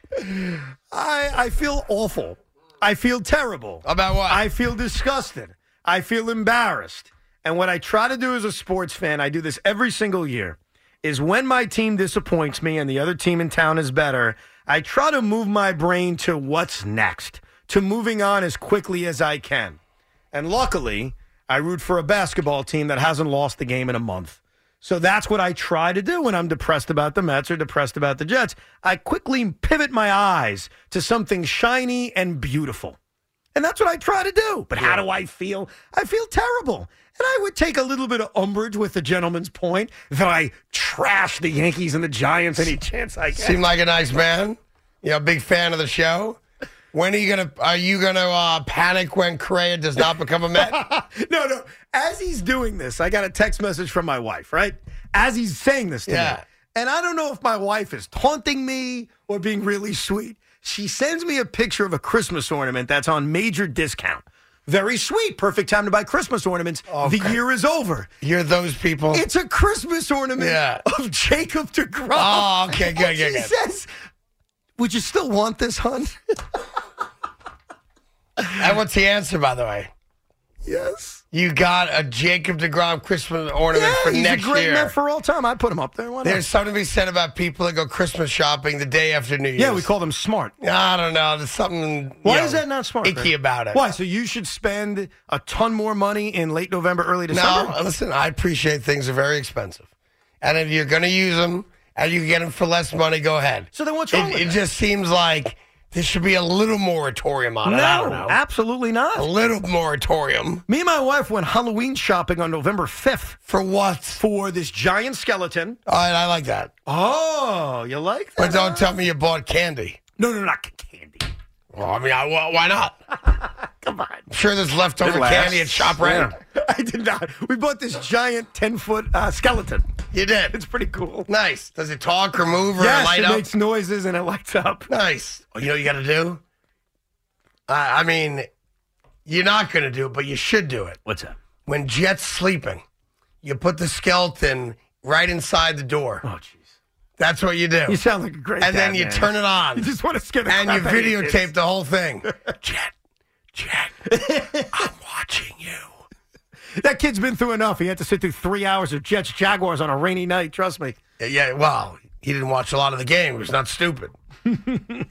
C: I I feel awful. I feel terrible.
B: About what?
C: I feel disgusted. I feel embarrassed. And what I try to do as a sports fan, I do this every single year, is when my team disappoints me and the other team in town is better, I try to move my brain to what's next, to moving on as quickly as I can. And luckily, I root for a basketball team that hasn't lost the game in a month. So that's what I try to do when I'm depressed about the Mets or depressed about the Jets. I quickly pivot my eyes to something shiny and beautiful. And that's what I try to do. But how do I feel? I feel terrible. And I would take a little bit of umbrage with the gentleman's point that I trash the Yankees and the Giants any chance I can.
B: Seem like a nice man. You're a big fan of the show. When are you gonna? Are you gonna uh, panic when Correa does not become a Met?
C: no, no. As he's doing this, I got a text message from my wife, right? As he's saying this to me.
B: Yeah.
C: And I don't know if my wife is taunting me or being really sweet. She sends me a picture of a Christmas ornament that's on major discount. Very sweet. Perfect time to buy Christmas ornaments. The year is over.
B: You're those people.
C: It's a Christmas ornament
B: Yeah.
C: of Jacob DeGrom.
B: Oh, okay, good,
C: And
B: good,
C: she
B: good.
C: says, Would you still want this, hun?
B: and what's the answer, by the way?
C: yes.
B: You got a Jacob Degrom Christmas ornament
C: Yeah,
B: for
C: he's a
B: next
C: great
B: year.
C: man for all time. I put him up there. Why not?
B: There's something to be said about people that go Christmas shopping the day after New Year's.
C: yeah, we call them smart.
B: I don't know. There's something.
C: Why
B: you know,
C: is that not smart?
B: Icky
C: Greg?
B: about it.
C: Why? So you should spend a ton more money in late November, early December.
B: No, listen. I appreciate things are very expensive, and if you're going to use them and you get them for less money, go ahead.
C: So then what's
B: It-
C: wrong with
B: it?
C: that?
B: just seems like there should be a little moratorium on it. I don't know.
C: absolutely not.
B: a little moratorium
C: Me and my wife went Halloween shopping on November 5th
B: for what?
C: for this giant skeleton.
B: All right, I like that.
C: Oh, you like
B: But
C: that?
B: don't tell me you bought candy.
C: No, no, not candy.
B: Well, I mean, I, why why not?
C: Come on.
B: I'm sure there's leftover
D: It lasts.
B: candy at ShopRite.
C: I did not. We bought this giant 10 foot uh, skeleton.
B: You did.
C: It's pretty cool.
B: Nice. Does it talk or move or
C: yes,
B: light
C: it
B: up?
C: makes noises and it lights up.
B: Nice. You know what you got to do? I I mean, you're not going to do it, but you should do it.
C: What's up?
B: When Jet's sleeping, you put the skeleton right inside the door.
C: Oh, jeez.
B: That's what you do.
C: You sound like a great
B: and then
C: dad,
B: you
C: man.
B: turn it on
C: You just want to scare the
B: and you
C: crap out of your
B: videotape
C: kids.
B: the whole thing. Jet, Jet, I'm watching you.
C: That kid's been through enough. He had to sit through three hours of Jets Jaguars on a rainy night. Trust me.
B: Yeah, well, he didn't watch a lot of the game. He was not stupid. he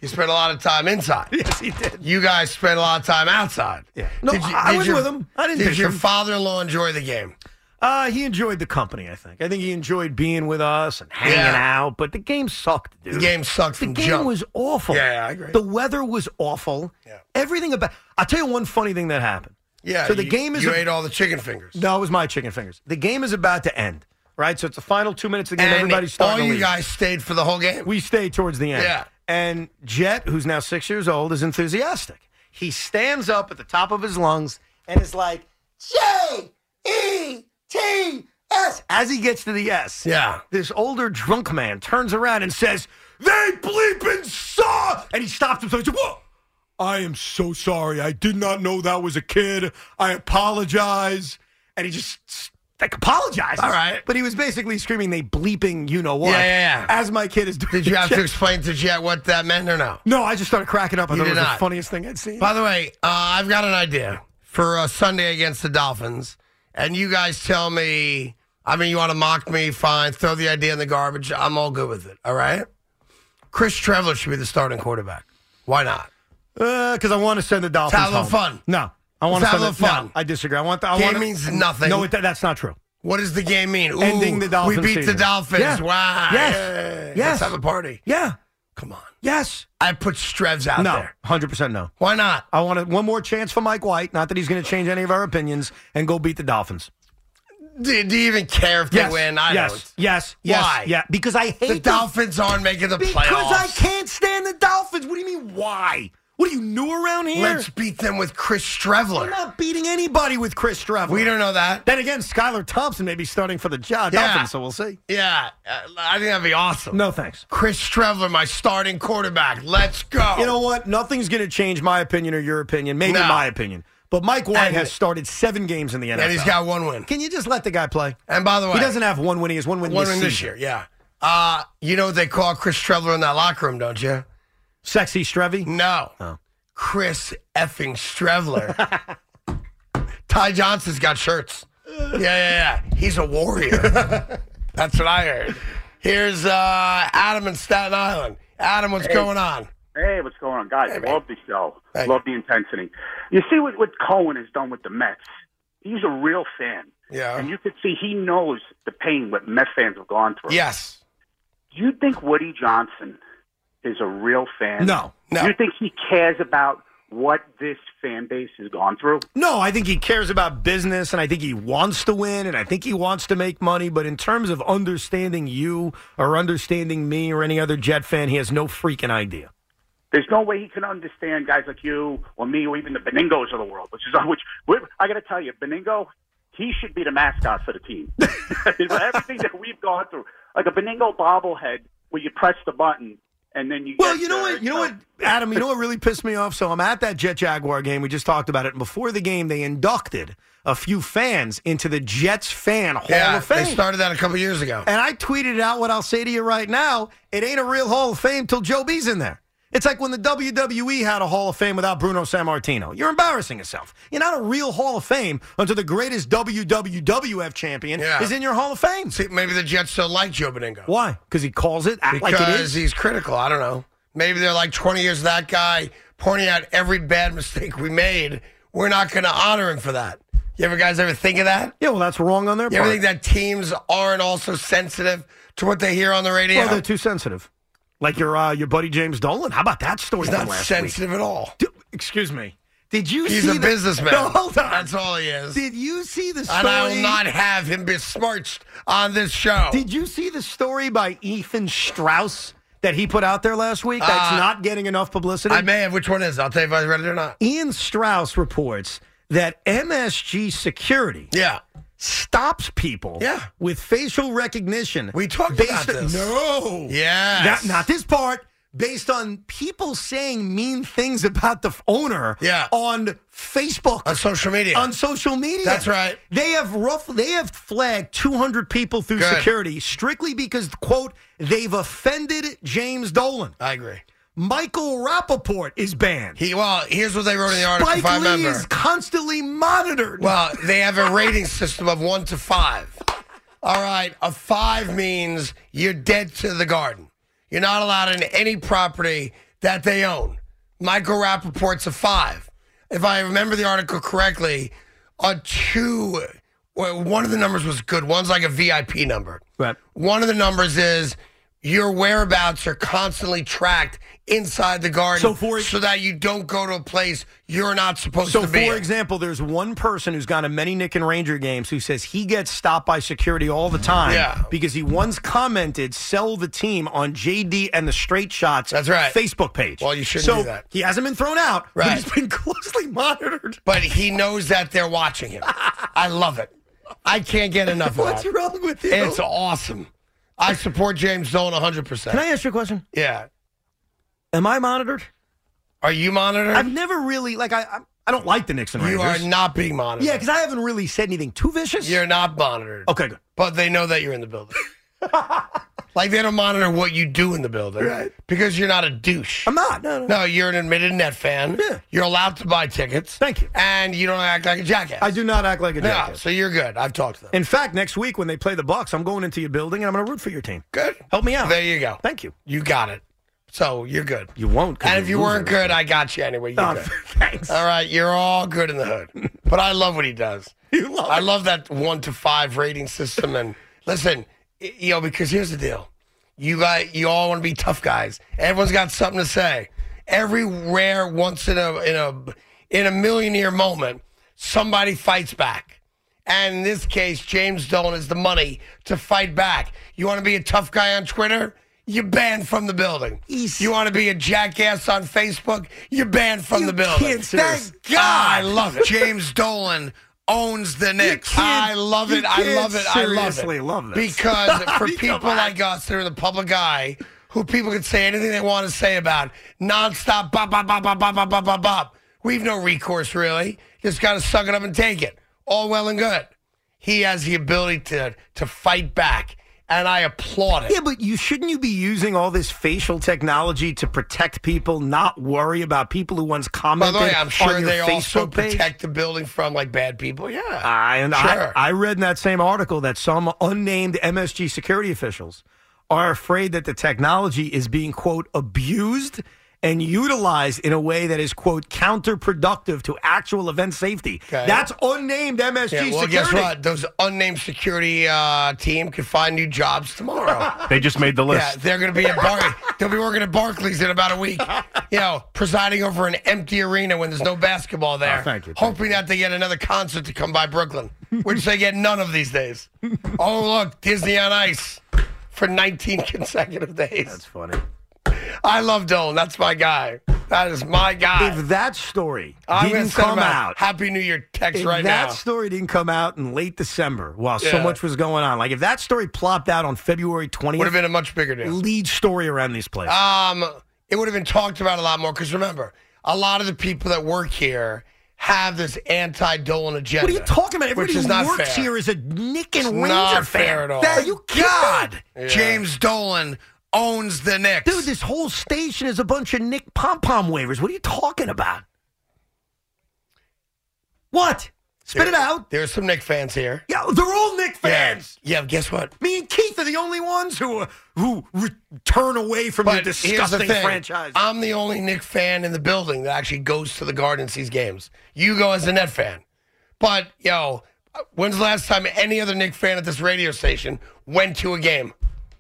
B: spent a lot of time inside.
C: Yes, he did.
B: You guys spent a lot of time outside.
C: Yeah. No, I- I was with him. I didn't
B: Did
C: ditch
B: your
C: him.
B: father-in-law enjoy the game?
C: Uh, he enjoyed the company. I think. I think he enjoyed being with us and hanging
B: Yeah.
C: out. But the game sucked, dude.
B: The game sucked
C: The
B: from
C: game
B: jump.
C: was awful.
B: Yeah, yeah, I agree.
C: The weather was awful.
B: Yeah.
C: Everything about. I'll tell you one funny thing that happened.
B: Yeah.
C: So the
B: you-
C: game is.
B: You
C: a-
B: ate all the chicken fingers.
C: no, it was my chicken fingers. The game is about to end. Right. So it's the final two minutes of the game.
B: And
C: Everybody's
B: all
C: starting. to
B: you
C: leave.
B: guys stayed for the whole game.
C: We stay towards the end.
B: Yeah.
C: And Jet, who's now six years old, is enthusiastic. He stands up at the top of his lungs and is like, J E T S. As he gets to the S,
B: Yeah.
C: this older drunk man turns around and says, They bleeping saw. And he stops himself. He's like, Whoa. I am so sorry. I did not know that was a kid. I apologize. And he just like apologizes.
B: All right.
C: But he was basically screaming, they bleeping, you know what?
B: Yeah, yeah, yeah.
C: As my kid is doing
B: Did you have
C: Jet-
B: to explain to Jet what that meant or no?
C: no, I just started cracking up. I
B: You
C: thought it
B: did
C: was the
B: not.
C: funniest thing I'd seen.
B: By the way, uh, I've got an idea for uh, Sunday against the Dolphins, and you guys tell me. I mean, you want to mock me? Fine. Throw the idea in the garbage. I'm all good with it. All right. Chris Trevler should be the starting quarterback. Why not?
C: Because Uh, I want to send the Dolphins
B: Have a little
C: home.
B: fun.
C: No, I want
B: Let's
C: to
B: have
C: send
B: a
C: the-
B: little fun.
C: no, I disagree. I want the. I
B: Game
C: wanna-
B: means nothing.
C: No, it, that's not true.
B: What does the game mean? Ooh,
C: Ending the Dolphins.
B: We beat
C: season.
B: the Dolphins.
C: Yeah.
B: Wow.
C: Yes.
B: Yeah.
C: Yes.
B: Let's have a party.
C: Yeah.
B: Come on.
C: Yes.
B: I put Strevs out
C: no.
B: there.
C: Hundred percent no.
B: Why not?
C: I want one more chance for Mike White. Not that he's going to change any of our opinions and go beat the Dolphins.
B: Do, do you even care if
C: Yes.
B: they win? I
C: yes.
B: don't.
C: Yes. Yes.
B: Why?
C: Yeah. Because I hate
B: The Dolphins aren't making the
C: Because
B: playoffs.
C: I can't stand the Dolphins. What do you mean? Why? What are you new around here?
B: Let's beat them with Chris
C: We're
B: Strevler.
C: not beating anybody with Chris Trevor.
B: We don't know that.
C: Then again, Skylar Thompson may be starting for the jo-
B: Yeah.
C: Dolphins, so we'll see.
B: Yeah, uh, I think that'd be awesome.
C: No thanks.
B: Chris Trevler, my starting quarterback. Let's go.
C: You know what? Nothing's going to change my opinion or your opinion, maybe
B: No.
C: my opinion. But Mike White has started seven games in the NFL.
B: And he's got one win.
C: Can you just let the guy play?
B: And by the way,
C: he doesn't have one win. He has one win.
B: one
C: this
B: win this
C: season.
B: year. Yeah. Uh, you know what they call Chris Trevor in that locker room, don't you?
C: Sexy Strevy.
B: No.
C: Oh.
B: Chris effing Strevler. Ty Johnson's got shirts. Yeah, yeah, yeah. He's a warrior. That's what I heard. Here's uh, Adam in Staten Island. Adam, what's going on?
H: Hey, what's going on, guys?
B: man.
H: love the show.
B: Thank
H: love the intensity. You see what, what Cohen has done with the Mets. He's a real fan,
B: Yeah.
H: and you could see he knows the pain what Mets fans have gone through.
B: Yes.
H: Do you think Woody Johnson is a real fan?
C: No,
B: no.
H: Do you think he cares about what this fan base has gone through?
C: No, I think he cares about business and I think he wants to win and I think he wants to make money. But in terms of understanding you or understanding me or any other Jet fan, he has no freaking idea.
H: There's no way he can understand guys like you or me or even the Beningos of the world, which is which we're- I got to tell you, Beningo, he should be the mascot for the team. For everything that we've gone through, like a Beningo bobblehead, where you press the button and then you.
C: Well,
H: get
C: you know
H: the-
C: what, you know what, Adam, you know what really pissed me off. So I'm at that Jet Jaguar game. We just talked about it. And before the game, they inducted a few fans into the Jets Fan Hall
B: Yeah.
C: of Fame.
B: They started that a couple years ago.
C: And I tweeted out what I'll say to you right now. It ain't a real Hall of Fame till Joe B's in there. It's like when the WWE had a Hall of Fame without Bruno Sammartino. You're embarrassing yourself. You're not a real Hall of Fame until the greatest WWWF champion
B: Yeah.
C: is in your Hall of Fame.
B: See, maybe the Jets don't like Joe Beningo.
C: Why? Because he calls it act
B: Because
C: like it is.
B: he's critical. I don't know. Maybe they're like 20 years of that guy pointing out every bad mistake we made. We're not going to honor him for that. You ever guys ever think of that?
C: yeah, well, that's wrong on their
B: You ever
C: part.
B: think that teams aren't also sensitive to what they hear on the radio?
C: Well, they're too sensitive. Like your uh, your buddy James Dolan. How about that story?
B: He's
C: from
B: not
C: last
B: sensitive at all.
C: Week? Dude, excuse me. Did you
B: He's
C: see
B: a
C: the-
B: businessman.
C: No, hold on.
B: That's all he is.
C: Did you see the story?
B: and I will not have him besmirched on this show.
C: Did you see the story by Ethan Strauss that he put out there last week? That's
B: Uh,
C: not getting enough publicity.
B: I may have. Which one is? it? I'll tell you if I read it or not.
C: Ian Strauss reports that MSG security
B: Yeah.
C: stops people
B: Yeah.
C: with facial recognition.
B: We talked
C: based
B: about
C: on-
B: this.
C: No.
B: Yes.
C: That- not this part. Based on people saying mean things about the f- owner
B: Yeah.
C: on Facebook.
B: On social media.
C: on social media.
B: That's right.
C: They have rough. They have flagged 200 people through
B: Good.
C: security strictly because quote they've offended James Dolan.
B: I agree.
C: Michael Rappaport is banned.
B: He well, here's what they wrote in the article. if I
C: Spike Lee
B: remember.
C: is constantly monitored.
B: Well, they have a rating system of one to five. All right, a five means you're dead to the garden. You're not allowed in any property that they own. Michael Rappaport's a five. If I remember the article correctly, a two, well, one of the numbers was good. One's like a VIP number.
C: Right.
B: One of the numbers is your whereabouts are constantly tracked inside the garden
C: So for-
B: that you don't go to a place you're not supposed
C: So,
B: to
C: for
B: be. in.
C: example, there's one person who's gone to many Nick and Ranger games who says he gets stopped by security all the time
B: Yeah.
C: because he once commented "sell the team" on JD and the Straight Shots.
B: That's right.
C: Facebook page.
B: Well, you shouldn't
C: so
B: do that.
C: He hasn't been thrown out.
B: Right.
C: But he's been closely monitored.
B: but he knows that they're watching him. I love it. I can't get enough of
C: What's
B: that.
C: wrong with you?
B: It's awesome. I support James Dolan 100%.
C: Can I ask you a question?
B: yeah.
C: Am I monitored?
B: Are you monitored?
C: I've never really like I I'm- I don't like the Knicks and
B: you are
C: Rangers.
B: not being monitored.
C: yeah, because I haven't really said anything too vicious.
B: you're not monitored.
C: okay, good.
B: But they know that you're in the building. like they don't monitor what you do in the building. Right. Because you're not a douche.
C: I'm not. No, no.
B: no, you're an admitted net fan.
C: Yeah.
B: You're allowed to buy tickets.
C: Thank you.
B: And you don't act like a jackass.
C: I do not act like a
B: No,
C: jackass.
B: so you're good. I've talked to them.
C: In fact, next week when they play the Bucks, I'm going into your building and I'm going to root for your team.
B: Good.
C: Help me out.
B: There you go.
C: Thank you.
B: You got it. So you're good.
C: You won't. 'cause
B: And if you
C: lose
B: weren't
C: everything.
B: good, I got you anyway. You're
C: Oh,
B: good.
C: thanks.
B: All right, you're all good in the hood. But I love what he does.
C: You love
B: I
C: it.
B: love that one to five rating system. And listen, y- you know, because here's the deal: you got you all want to be tough guys. Everyone's got something to say. Every rare once in a in a in a million year moment, somebody fights back. And in this case, James Dolan is the money to fight back. You want to be a tough guy on Twitter? You're banned from the building. You want to be a jackass on Facebook? You're banned from
C: You
B: the building.
C: can't say this.
B: Thank God. I love it. James Dolan owns the Knicks.
C: can't-
B: I love it.
C: you
B: I love it.
C: can't
B: I love
C: seriously
B: it.
C: love this.
B: Because for
C: Come
B: people
C: on.
B: like us that are the public eye, who people can say anything they want to say about nonstop, bop, bop, bop, bop, bop, bop, bop, bop, bop, We've no recourse really. Just got to suck it up and take it. All well and good. He has the ability to to fight back, and I applaud it.
C: Yeah, but you shouldn't you be using all this facial technology to protect people, not worry about people who once
B: By
C: commented
B: the way, I'm sure
C: on your
B: they
C: Facebook
B: also
C: page?
B: protect the building from like bad people. Yeah,
C: I, and
B: Sure.
C: I, I read in that same article that some unnamed MSG security officials are afraid that the technology is being, quote, abused and utilized in a way that is, quote, counterproductive to actual event safety.
B: Okay.
C: That's unnamed MSG
B: Yeah, well,
C: security.
B: guess what? Those unnamed security uh, team can find new jobs tomorrow.
D: They just made the
B: yeah,
D: list.
B: they're going to be at Bar- they'll be working at Barclays in about a week. You know, presiding over an empty arena when there's no basketball there.
C: Oh, thank you, thank
B: hoping that they get another concert to come by Brooklyn, which they get none of these days. Oh, look, Disney on Ice for 19 consecutive days.
C: That's funny.
B: I love Dolan. That's my guy. That is my guy.
C: If that story
B: I'm going
C: didn't
B: to send him
C: come
B: a
C: out,
B: Happy New Year text
C: if
B: right
C: that
B: now.
C: story didn't come out in late December while so
B: Yeah.
C: much was going on, like if that story plopped out on February 20th,
B: Would have been a much bigger deal.
C: lead story around these places.
B: Um, it would have been talked about a lot more because remember, a lot of the people that work here have this anti-Dolan agenda.
C: What are you talking about?
B: Which
C: Everybody
B: is
C: who
B: not
C: works
B: fair.
C: here is a Nick
B: It's
C: and Ranger
B: not
C: fan.
B: fair at all.
C: Are you kidding?
B: God, James Dolan owns the Knicks.
C: Dude, this whole station is a bunch of Nick pom pom waivers. What are you talking about? What? Spit it out.
B: There's some Knicks fans here.
C: Yeah, Oh, they're all Nick fans.
B: Yeah, yeah guess what?
C: Me and Keith are the only ones who uh, who re- turn away from your
B: But here's the
C: disgusting
B: thing.
C: franchise.
B: I'm the only Nick fan in the building that actually goes to the Garden and sees games. You go as a Net fan. But, yo, when's the last time any other Nick fan at this radio station went to a game?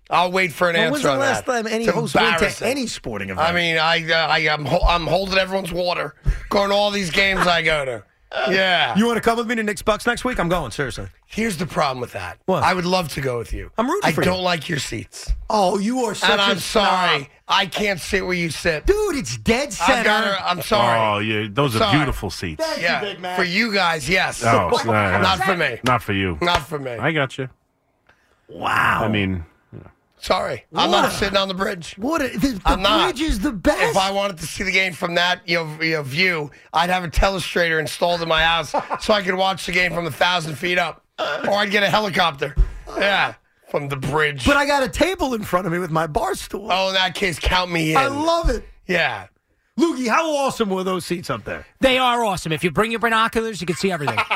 B: I'll wait for an
C: When
B: answer
C: was the
B: on
C: last
B: that.
C: time any
B: It's
C: host went to
B: embarrassing.
C: any sporting event?
B: I mean, I, uh, I, I'm, ho- I'm holding everyone's water, going to all these games I go to. Yeah.
C: you want to come with me to Nick's Bucks next week? I'm going, seriously.
B: Here's the problem with that.
C: What?
B: I would love to go with you.
C: I'm rooting
B: I
C: for you.
B: don't like your seats.
C: Oh, you are such
B: and
C: a
B: I'm sorry.
C: snob.
B: I can't sit where you sit.
C: Dude, it's dead center.
B: I've got to, I'm sorry.
D: Oh, yeah. Those are
B: Sorry.
D: beautiful seats.
C: Thank
B: yeah,
C: you, Big Mac.
B: for you guys, yes.
D: Oh, it's not-
B: Not for me.
D: Not for you.
B: Not for me.
D: I got you.
C: Wow.
D: I mean,
B: Sorry, I'm
C: What
B: not
C: a-
B: sitting on the bridge.
C: what a, the, the
B: I'm not.
C: bridge is the best.
B: If I wanted to see the game from that you know, you know, view, I'd have a telestrator installed in my house so I could watch the game from a thousand feet up, or I'd get a helicopter. Yeah, from the bridge.
C: But I got a table in front of me with my bar stool.
B: oh, in that case, count me in.
C: I love it.
B: Yeah.
C: Lukey, how awesome were those seats up there?
I: They are awesome. If you bring your binoculars, you can see everything.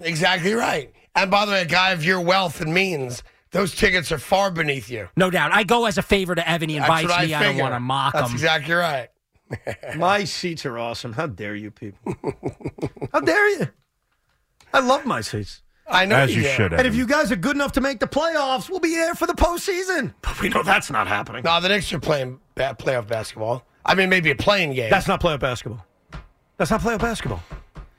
B: Exactly right. And by the way, a guy of your wealth and means, those tickets are far beneath you.
I: No doubt. I go as a favor to Evan. He
B: That's
I: invites
B: what I
I: me. I don't
B: figure.
I: want to mock
B: That's
I: him.
B: exactly right.
C: My seats are awesome. How dare you people? how dare you? I love my seats.
B: I know
D: as you
B: do.
D: should have.
C: And if you guys are good enough to make the playoffs, we'll be there for the postseason. But we know that's not happening.
B: No, the Knicks are playing ba- playoff basketball. I mean, maybe a playing game.
C: That's not playoff basketball. That's not playoff basketball.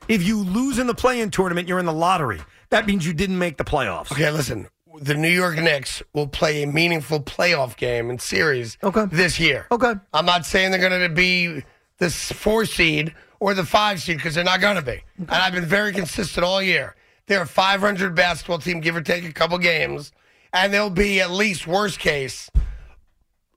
C: If you lose in the play-in tournament, you're in the lottery. That means you didn't make the playoffs.
B: okay. Listen, the New York Knicks will play a meaningful playoff game and series.
C: Okay.
B: This year.
C: Okay.
B: I'm not saying they're going to be the s- four seed or the five seed because they're not going to be. And I've been very consistent all year. They're a 500 basketball team, give or take a couple games, and they'll be at least worst case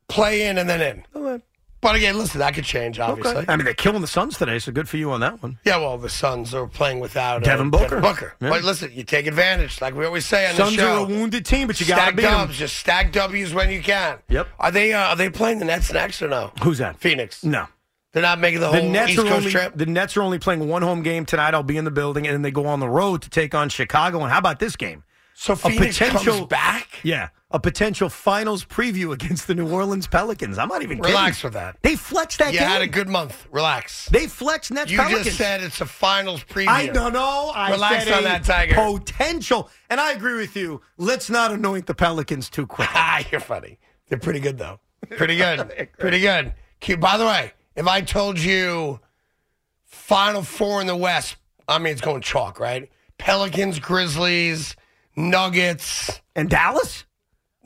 B: play in and then in.
C: Okay.
B: But again, listen, that could change obviously.
C: I mean, they're killing the Suns today, so good for you on that one.
B: Yeah, well, the Suns are playing without uh,
C: Devin Booker.
B: Booker.
C: Yeah.
B: But listen, you take advantage, like we always say on
C: Suns
B: the show.
C: are a wounded team, but you got to
B: stack
C: beat 'em.
B: dubs, just stack W's when you can.
C: Yep.
B: Are they uh, are they playing the Nets next or no?
C: Who's that?
B: Phoenix.
C: No,
B: They're not making the
C: the
B: whole
C: Nets
B: East
C: are
B: Coast
C: only
B: trip.
C: the Nets are only playing one home game tonight. I'll be in the building, and then they go on the road to take on Chicago. And how about this game?
B: so Phoenix
C: potential-
B: comes back.
C: Yeah, a potential Finals preview against the New Orleans Pelicans. I'm not even kidding.
B: Relax with that.
C: They flexed that
B: You
C: game.
B: had a good month. Relax.
C: they flexed Nets
B: You
C: Pelicans.
B: just said it's a finals preview.
C: I don't know. I
B: Relax
C: said
B: on
C: a
B: that, Tiger.
C: Potential, and I agree with you. Let's not anoint the Pelicans too quick.
B: Ah, you're funny. They're pretty good though. Pretty good. pretty good. Cute. By the way, if I told you Final Four in the West, I mean it's going chalk, right? Pelicans, Grizzlies, Nuggets,
C: and Dallas?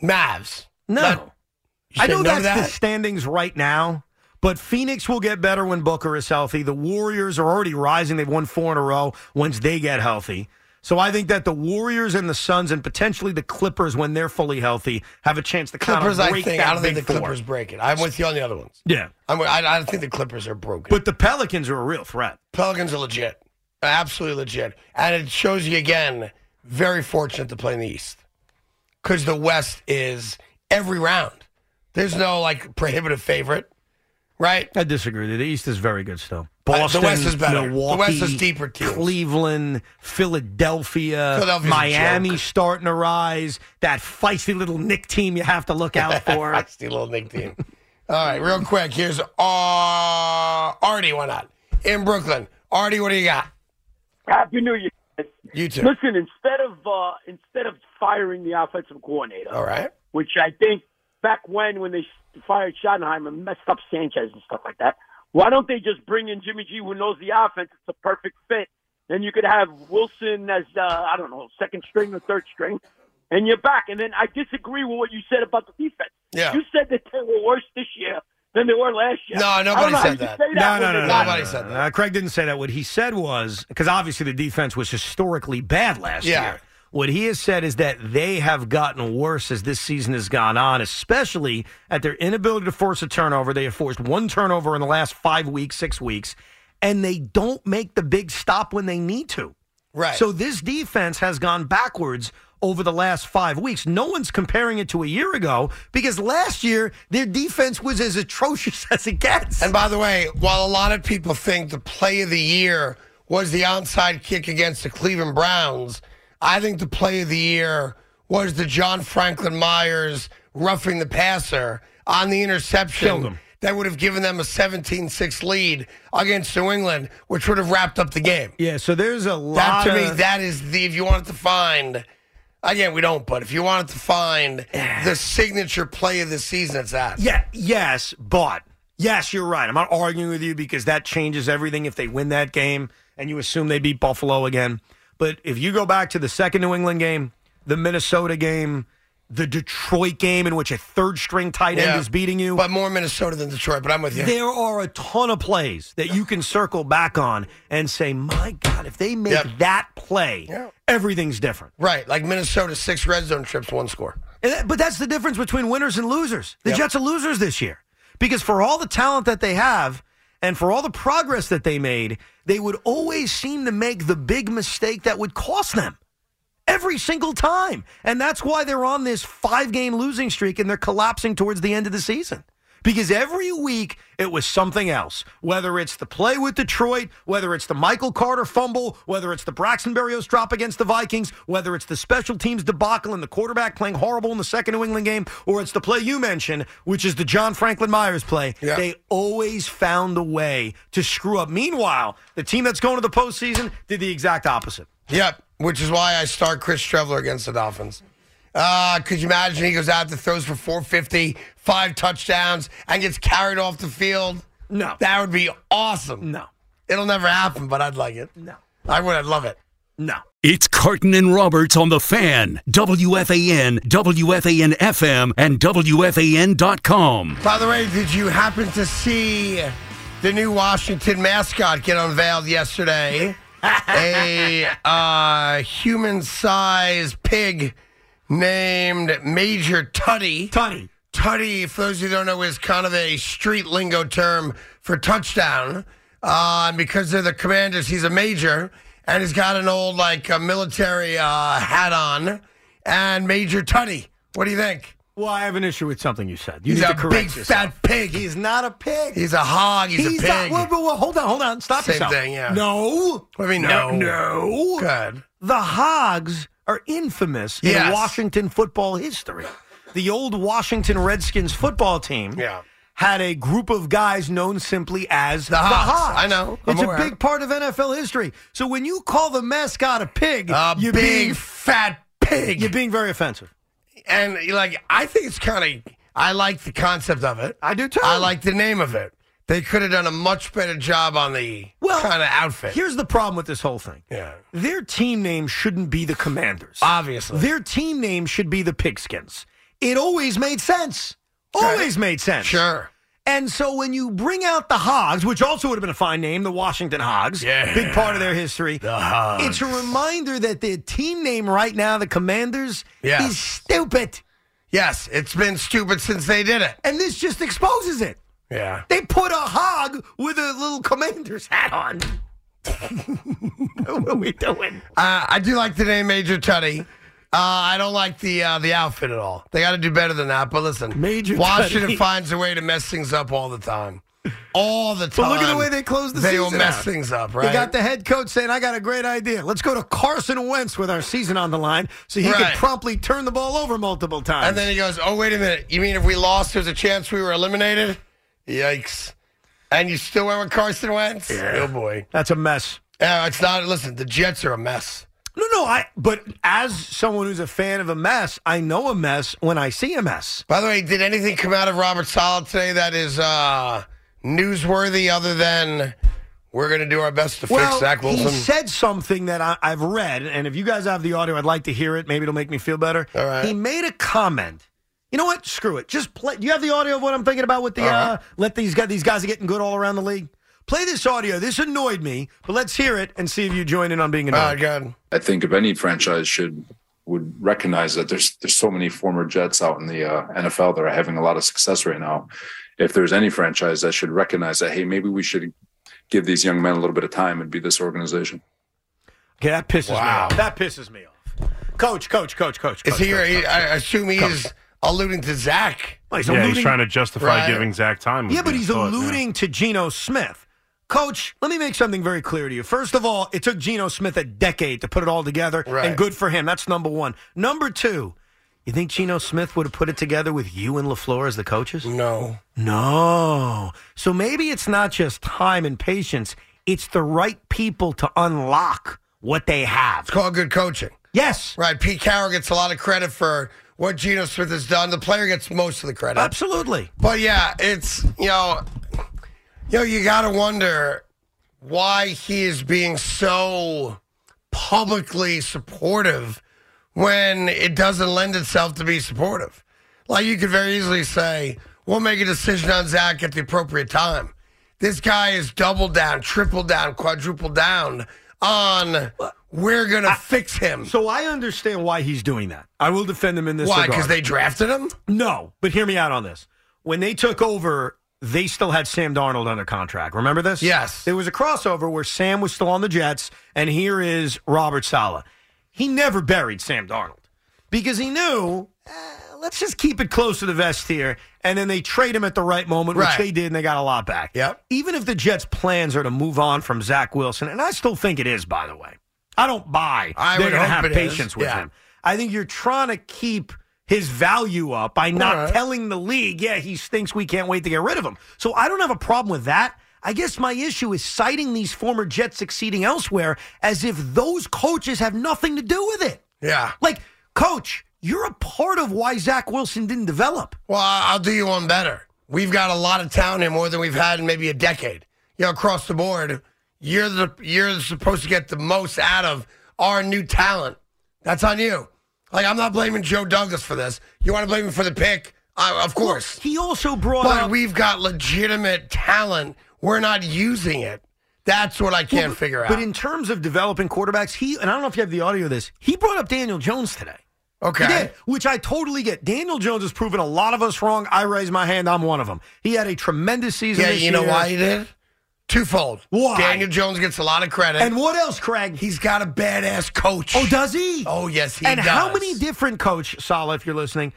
B: Mavs.
C: No.
B: Not-
C: I
B: said
C: know
B: no
C: that's
B: to that?
C: the standings right now, but Phoenix will get better when Booker is healthy. The Warriors are already rising. They've won four in a row once they get healthy. So I think that the Warriors and the Suns and potentially the Clippers, when they're fully healthy, have a chance to kind
B: Clippers,
C: of
B: I
C: break
B: think.
C: that
B: I don't think the
C: big four.
B: Clippers break it. I'm with you on the other ones.
C: Yeah.
B: I'm, I, I don't think the Clippers are broken.
C: But the Pelicans are a real threat.
B: Pelicans are legit, absolutely legit, and it shows you again. Very fortunate to play in the East because the West is every round. There's no like prohibitive favorite, right?
C: I disagree. The East is very good still.
B: Uh, the
C: Boston,
B: West is better. The
C: Milwaukee,
B: West is deeper teams.
C: Cleveland, Philadelphia,
B: Philadelphia's a
C: Miami
B: joke.
C: starting to rise. That feisty little Nick team you have to look out for.
B: I see little Nick team. All right, real quick. Here's uh, Artie. Why not in Brooklyn? Artie, what do you got?
J: Happy New Year.
B: You too.
J: Listen, instead of uh, instead of firing the offensive coordinator,
B: All right.
J: which I think back when when they fired Schottenheimer messed up Sanchez and stuff like that, why don't they just bring in Jimmy G who knows the offense? It's a perfect fit. Then you could have Wilson as uh, I don't know second string or third string, and you're back. And then I disagree with what you said about the defense.
B: Yeah.
J: You said that they were worse this year than they were last year. I
B: No,
J: don't
B: nobody
J: know how
B: said
J: you can
B: that.
J: say
C: No, no,
J: when they're
C: no, no,
J: not-
C: no, no, no, no. Uh, Craig didn't say that. What he said was because obviously the defense was historically bad last
B: Yeah.
C: year. What he has said is that they have gotten worse as this season has gone on, especially at their inability to force a turnover. They have forced one turnover in the last five weeks, six weeks, and they don't make the big stop when they need to.
B: Right.
C: So this defense has gone backwards over the last five weeks. No one's comparing it to a year ago because last year their defense was as atrocious as it gets.
B: And by the way, while a lot of people think the play of the year was the onside kick against the Cleveland Browns, I think the play of the year was the John Franklin Myers roughing the passer on the interception
C: Killed him.
B: that would have given them a 17 6 lead against New England, which would have wrapped up the game.
C: Yeah, so there's a
B: That
C: lot
B: to me,
C: of-
B: that is the, if you wanted to find, again, we don't, but if you wanted to find the signature play of the season, it's that.
C: Yeah, yes, but yes, you're right. I'm not arguing with you because that changes everything if they win that game and you assume they beat Buffalo again. But if you go back to the second New England game, the Minnesota game, the Detroit game in which a third string tight end
B: Yeah.
C: is beating you,
B: But more Minnesota than Detroit, but I'm with you.
C: there are a ton of plays that you can circle back on and say, "My God, if they make
B: Yep.
C: that play, everything's different."
B: Right, like Minnesota, six red zone trips, one score.
C: And that- but that's the difference between winners and losers. The
B: Yep.
C: Jets are losers this year because for all the talent that they have and for all the progress that they made, they would always seem to make the big mistake that would cost them every single time. And that's why they're on this five game losing streak and they're collapsing towards the end of the season. Because every week it was something else. Whether it's the play with Detroit, whether it's the Michael Carter fumble, whether it's the Braxton Berrios drop against the Vikings, whether it's the special teams debacle and the quarterback playing horrible in the second New England game, or it's the play you mentioned, which is the John Franklin Myers play.
B: Yeah.
C: They always found a way to screw up. Meanwhile, the team that's going to the postseason did the exact opposite.
B: Yep, which is why I start Chris Trevler against the Dolphins. Uh, could you imagine he goes out there, throws for 450, five touchdowns, and gets carried off the field?
C: No.
B: That would be awesome.
C: No.
B: It'll never happen, but I'd like it. No. I would. I'd love it.
C: No.
F: It's Carton and Roberts on the fan, WFAN, WFAN FM, and WFAN.com.
B: By the way, did you happen to see the new Washington mascot get unveiled yesterday? a uh, human-sized pig named Major Tutty.
C: Tutty.
B: Tutty, for those who don't know, is kind of a street lingo term for touchdown. Uh, and because they're the commanders, he's a major, and he's got an old like uh, military uh, hat on. And Major Tutty, what do you think?
C: Well, I have an issue with something you said. You
B: He's
C: need
B: a
C: to correct
B: big
C: yourself.
B: fat pig.
C: He's not a pig.
B: He's a hog. He's, a
C: not-
B: pig.
C: well, well, well, hold on, hold on. Stop
B: Same
C: yourself.
B: thing, yeah.
C: No.
B: What do you mean,
C: No.
B: no?
C: no.
B: Good.
C: The hogs are infamous in
B: Yes.
C: Washington football history. The old Washington Redskins football team
B: Yeah.
C: had a group of guys known simply as the
B: Hogs.
C: Hogs.
B: I know. I'm
C: It's
B: aware.
C: a big part of NFL history. So when you call the mascot a pig,
B: A
C: you're
B: big
C: being
B: fat pig.
C: you're being very offensive.
B: and like I think it's kind of I like the concept of it.
C: I do too.
B: I like the name of it. They could have done a much better job on the
C: Well,
B: kind of outfit.
C: Here's the problem with this whole thing.
B: yeah,
C: Their team name shouldn't be the Commanders.
B: obviously.
C: Their team name should be the Pigskins. It always made sense. Always made sense.
B: Sure.
C: And so when you bring out the Hogs, which also would have been a fine name, the Washington Hogs,
K: Yeah.
C: big part of their history.
K: The
B: Uh,
K: Hogs.
C: It's a reminder that their team name right now, the Commanders,
B: Yeah.
C: is stupid.
B: Yes, it's been stupid since they did it.
C: And this just exposes it.
B: Yeah.
C: They put a hog with a little commander's hat on. what are we doing?
B: Uh, I do like the name Major Tutty. Uh, I don't like the uh, the outfit at all. They got to do better than that. But listen,
C: Major
B: Washington
C: Tutty.
B: finds a way to mess things up all the time, all the time.
C: But look at the way they closed the
B: they
C: season.
B: will mess
C: out.
B: things up, right?
C: They got the head coach saying, "I got a great idea. Let's go to Carson Wentz with our season on the line, so he
B: Right.
C: can promptly turn the ball over multiple times."
B: and then he goes, "Oh wait a minute, you mean if we lost, there's a chance we were eliminated?" Yikes! And you still went with Carson Wentz? Oh boy,
C: that's a mess.
B: Yeah, it's not. Listen, the Jets are a mess.
C: No, no. I but as someone who's a fan of a mess, I know a mess when I see a mess.
B: By the way, did anything come out of Robert Sala today that is uh, newsworthy other than we're going to do our best to fix Zach
C: he
B: Wilson?
C: said something that I, I've read, and if you guys have the audio, I'd like to hear it. Maybe it'll make me feel better. All right. He made a comment. You know what? Screw it. Just play. Do you have the audio of what I'm thinking about with the
B: Uh-huh.
C: uh, let these guys? These guys are getting good all around the league. Play this audio. This annoyed me, but let's hear it and see if you join in on being annoyed.
B: God.
L: I think if any franchise should would recognize that there's there's so many former Jets out in the uh, NFL that are having a lot of success right now. If there's any franchise that should recognize that, hey, maybe we should give these young men a little bit of time and be this organization.
C: Okay, that pisses
B: Wow.
C: me off. That pisses me off. Coach, coach, coach, coach.
B: Is
C: coach,
B: he?
C: coach,
B: he
C: coach,
B: I
C: coach.
B: assume he
C: Coach.
B: is alluding to Zach.
C: Well, he's
D: yeah, he's
C: alluding-
D: trying to justify
B: Right.
D: giving Zach time. would
C: Yeah, but
D: be
C: he's
D: a thought, yeah.
C: alluding to Geno Smith. Coach, let me make something very clear to you. First of all, it took Geno Smith a decade to put it all together,
B: Right.
C: and good for him. That's number one. Number two, you think Geno Smith would have put it together with you and LaFleur as the coaches?
B: No.
C: No. So maybe it's not just time and patience, it's the right people to unlock what they have.
B: It's called good coaching.
C: Yes.
B: Right. Pete Carroll gets a lot of credit for what Geno Smith has done. The player gets most of the credit.
C: Absolutely.
B: But yeah, it's you know, you know, you gotta wonder why he is being so publicly supportive when it doesn't lend itself to be supportive. Like you could very easily say, "We'll make a decision on Zach at the appropriate time." This guy is double down, triple down, quadruple down on we're gonna fix him.
C: So I understand why he's doing that. I will defend him in this
B: Why?
C: regard.
B: Because they drafted him.
C: No, but hear me out on this. When they took over, they still had Sam Darnold under contract. Remember this?
B: Yes.
C: There was a crossover where Sam was still on the Jets, and here is Robert Sala. He never buried Sam Darnold because he knew, eh, let's just keep it close to the vest here. And then they trade him at the right moment,
B: Right.
C: which they did, and they got a lot back.
B: Yep.
C: Even if the Jets' plans are to move on from Zach Wilson, and I still think it is, by the way, I don't buy
B: I
C: they're
B: would
C: going to
B: hope
C: have
B: it is.
C: patience with
B: Yeah.
C: him. I think you're trying to keep his value up by not
B: All right.
C: telling the league, yeah, he stinks. We can't wait to get rid of him. So I don't have a problem with that. I guess my issue is citing these former Jets succeeding elsewhere as if those coaches have nothing to do with it.
B: Yeah.
C: Like, coach, you're a part of why Zach Wilson didn't develop.
B: Well, I- I'll do you one better. We've got a lot of talent here, more than we've had in maybe a decade. You know, across the board, you're the you're supposed to get the most out of our new talent. That's on you. Like I'm not blaming Joe Douglas for this. You want to blame him for the pick? I, of course.
C: He also brought
B: But
C: up.
B: we've got legitimate talent. We're not using it. That's what I can't
C: Well, but-
B: figure out.
C: But in terms of developing quarterbacks, he and I don't know if you have the audio of this. He brought up Daniel Jones today.
B: okay.
C: He did, which I totally get. Daniel Jones has proven a lot of us wrong. I raise my hand. I'm one of them. He had a tremendous season.
B: Yeah,
C: this
B: you know
C: year.
B: why he did? Twofold.
C: Why?
B: Daniel Jones gets a lot of credit.
C: And what else, Craig?
B: he's got a badass coach.
C: oh, does he?
B: Oh, yes, he
C: and
B: does.
C: how many different coach Salah, if you're listening,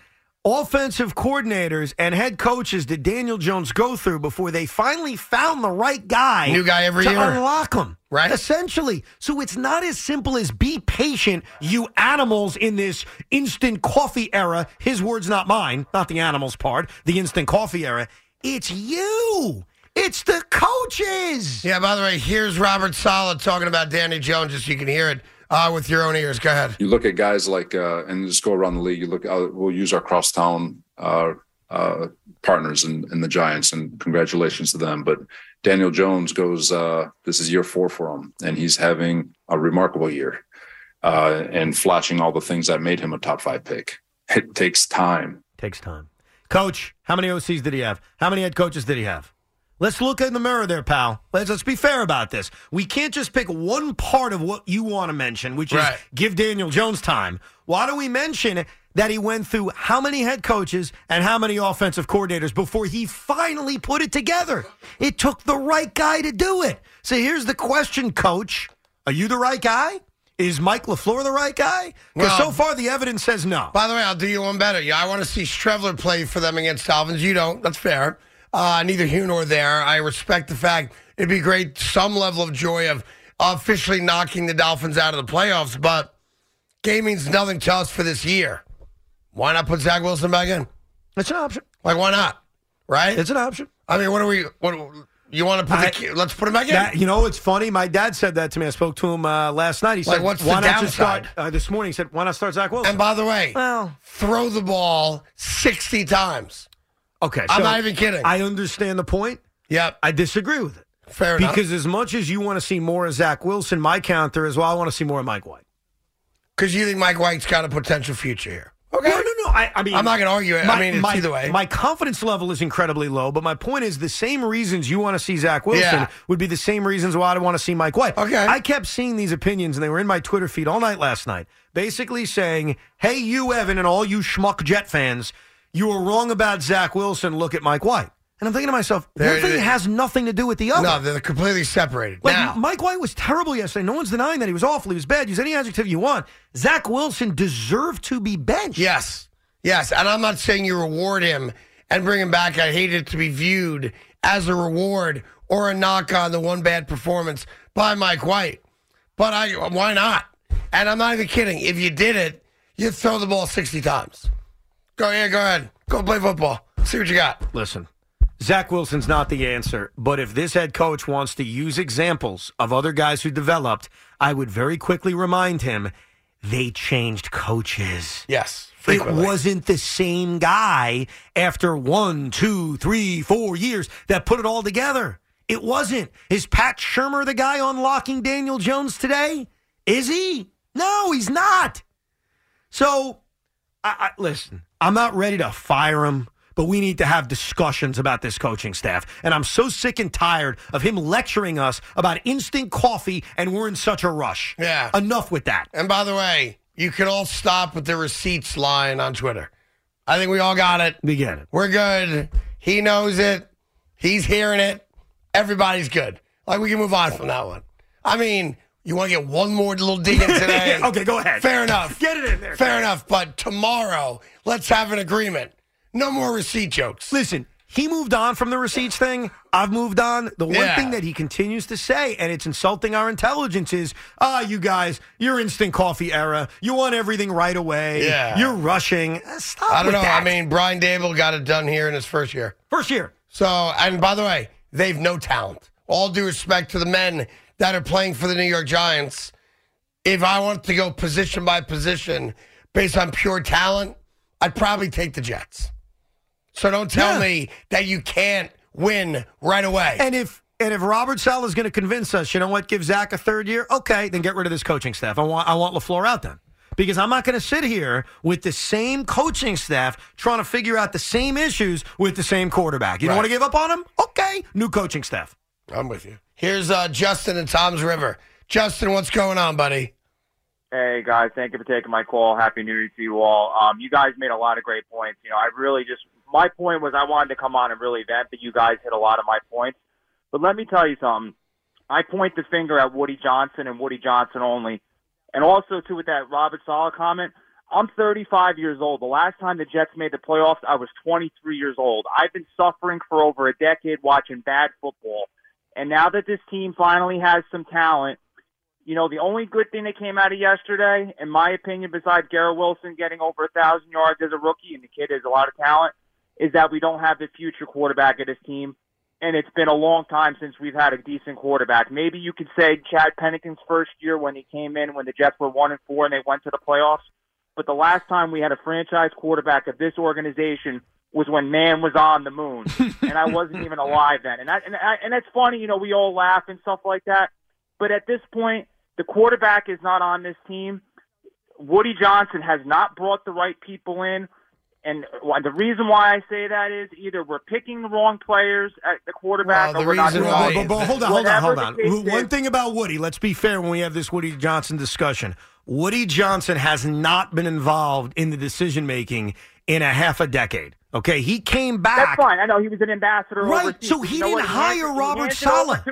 C: offensive coordinators and head coaches did Daniel Jones go through before they finally found the right guy?
B: New guy every
C: to
B: year.
C: unlock him,
B: Right.
C: Essentially, so it's not as simple as be patient, you animals in this instant coffee era. His words, not mine, not the animals part. The instant coffee era. It's you. It's the coaches.
B: Yeah, by the way, here's Robert Sala talking about Danny Jones, just so you can hear it uh, with your own ears. Go ahead.
L: You look at guys like, uh, and just go around the league. You look, uh, we'll use our crosstown uh, uh, partners in, in the Giants, and congratulations to them. But Daniel Jones goes, uh, this is year four for him, and he's having a remarkable year uh, and flashing all the things that made him a top five pick. It takes time.
C: Takes time. Coach, how many OCs did he have? How many head coaches did he have? Let's look in the mirror there, pal. Let's, let's be fair about this. We can't just pick one part of what you want to mention, which
K: Right.
C: is give Daniel Jones time. Why do we mention that he went through how many head coaches and how many offensive coordinators before he finally put it together? It took the right guy to do it. So here's the question, coach. Are you the right guy? Is Mike LaFleur the right guy? Because so far the evidence says no.
B: By the way, I'll do you one better. Yeah, I want to see Strevler play for them against Dolphins. You don't. That's fair. Uh, neither here nor there. I respect the fact it'd be great some level of joy of officially knocking the Dolphins out of the playoffs, but game means nothing to us for this year. Why not put Zach Wilson back in?
C: It's an option.
B: Like why not? Right? It's
C: an option.
B: I mean, what are we? What you want to put? the key let's put him back in.
C: That- you know, it's funny. My dad said that to me. I spoke to him uh, last night. He
B: Like,
C: said,
B: what's the
C: "Why not just
B: downside?"
C: start uh, this morning?" He said, "Why not start Zach Wilson?"
B: And by the way, throw the ball 60 times.
C: Okay,
B: I'm
C: so
B: not even kidding.
C: I understand the point.
B: Yep.
C: I disagree with it.
B: Fair enough.
C: because as much as you want to see more of Zach Wilson, my counter is well, I want to see more of Mike White.
B: Because you think Mike White's got a potential future here. Okay.
C: No, no, no. I, I mean,
B: I'm not going to argue it.
C: My,
B: I mean, it's
C: my-
B: either way.
C: My confidence level is incredibly low, but my point is the same reasons you want to see Zach Wilson
B: Yeah.
C: would be the same reasons why I want to see Mike White. Okay. I kept seeing these opinions, and they were in my Twitter feed all night last night, basically saying, hey, you, Evan, and all you schmuck Jet fans, you were wrong about Zach Wilson. Look at Mike White. And I'm thinking to myself,
B: There
C: one
B: it
C: thing
B: is.
C: has nothing to do with the other.
B: No, they're completely separated.
C: Like
B: now,
C: Mike White was terrible yesterday. No one's denying that he was awful. He was bad. Use any adjective you want. Zach Wilson deserved to be benched.
B: Yes. Yes. And I'm not saying you reward him and bring him back. I hate it to be viewed as a reward or a knock on the one bad performance by Mike White. But I why not? And I'm not even kidding. If you did it, you'd throw the ball 60 times. Go yeah, go ahead. Go play football. See what you got.
C: Listen, Zach Wilson's not the answer, but if this head coach wants to use examples of other guys who developed, I would very quickly remind him they changed coaches.
B: Yes.
C: It wasn't the same guy after one, two, three, four years that put it all together. It wasn't. Is Pat Shermer the guy unlocking Daniel Jones today? Is he? No, he's not. So, I, I, listen, I'm not ready to fire him, but we need to have discussions about this coaching staff. And I'm so sick and tired of him lecturing us about instant coffee and we're in such a rush.
B: Yeah.
C: Enough with that.
B: And by the way, you can all stop with the receipts line on Twitter. I think we all got it.
C: We get it.
B: We're good. He knows it. He's hearing it. Everybody's good. Like we can move on from that one. I mean, you want to get one more little dig in today?
C: Okay, go ahead.
B: Fair enough.
C: Get it in there.
B: Fair enough. But tomorrow, let's have an agreement. No more receipt jokes.
C: Listen, he moved on from the receipts thing. I've moved on. The one
B: Yeah.
C: thing that he continues to say, and it's insulting our intelligence, is ah, you guys, your instant coffee era. You want everything right away.
B: Yeah.
C: You're rushing. Eh, Stop.
B: I don't
C: with
B: know.
C: that.
B: I mean, Brian Dable got it done here in his first year.
C: First year.
B: So, and by the way, they've no talent. All due respect to the men that are playing for the New York Giants. If I wanted to go position by position based on pure talent, I'd probably take the Jets. So don't tell
C: Yeah.
B: me that you can't win right away.
C: And if and if Robert Sala is going to convince us, you know what, give Zach a third year, okay, then get rid of this coaching staff. I want I want Lafleur out then. Because I'm not going to sit here with the same coaching staff trying to figure out the same issues with the same quarterback. You don't
B: Right.
C: want to give up on him? Okay, new coaching staff.
B: I'm with you. Here's uh, Justin and Tom's River. Justin, what's going on, buddy?
M: Hey guys, thank you for taking my call. Happy New Year to you all. Um, you guys made a lot of great points. You know, I really just my point was I wanted to come on and really vent, but you guys hit a lot of my points. But let me tell you something. I point the finger at Woody Johnson and Woody Johnson only, and also too with that Robert Sala comment. I'm 35 years old. The last time the Jets made the playoffs, I was 23 years old. I've been suffering for over a decade watching bad football, and now that this team finally has some talent you know, the only good thing that came out of yesterday, in my opinion, besides Garrett Wilson getting over a thousand yards as a rookie, and the kid has a lot of talent, is that we don't have the future quarterback of this team. And it's been a long time since we've had a decent quarterback. Maybe you could say Chad Pennington's first year when he came in, when the Jets were one and four and they went to the playoffs. But the last time we had a franchise quarterback of this organization was when man was on the moon, and I wasn't even alive then. And I, and I, and it's funny, you know, we all laugh and stuff like that. But at this point, the quarterback is not on this team. Woody Johnson has not brought the right people in, And why- the reason why I say that is either we're picking the wrong players at the quarterback,
C: Well,
M: or we're not doing
C: why-
M: it.
C: but, but hold on, hold on, hold
M: Whatever
C: on.
M: the case
C: W- One
M: is,
C: thing about Woody, let's be fair when we have this Woody Johnson discussion. Woody Johnson has not been involved in the decision making in a half a decade. Okay, he came back.
M: That's fine. I know he was an ambassador.
C: Right,
M: overseas.
C: so
M: You
C: he
M: know
C: didn't
M: what? hands-
C: hire
M: he
C: Robert
M: hands it over
C: Saleh.
M: to-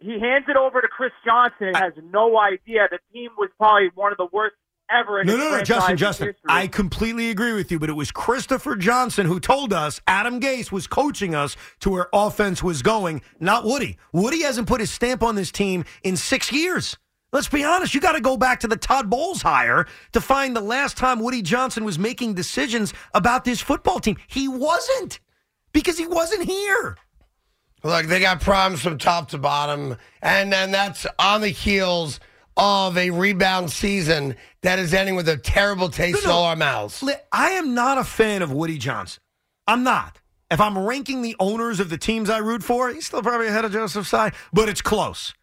M: he hands it over to Chris Johnson and has no idea. The team was probably one of the worst ever. In
C: No,
M: his
C: no, no, Justin,
M: franchise's
C: Justin.
M: history.
C: I completely agree with you, but it was Christopher Johnson who told us Adam Gase was coaching us to where offense was going, not Woody. Woody hasn't put his stamp on this team in six years. Let's be honest, you got to go back to the Todd Bowles hire to find the last time Woody Johnson was making decisions about this football team. He wasn't because he wasn't here.
B: Look, they got problems from top to bottom, and then that's on the heels of a rebound season that is ending with a terrible taste in all our mouths.
C: Li- I am not a fan of Woody Johnson. I'm not. If I'm ranking the owners of the teams I root for, he's still probably ahead of Joseph Tsai, but it's close.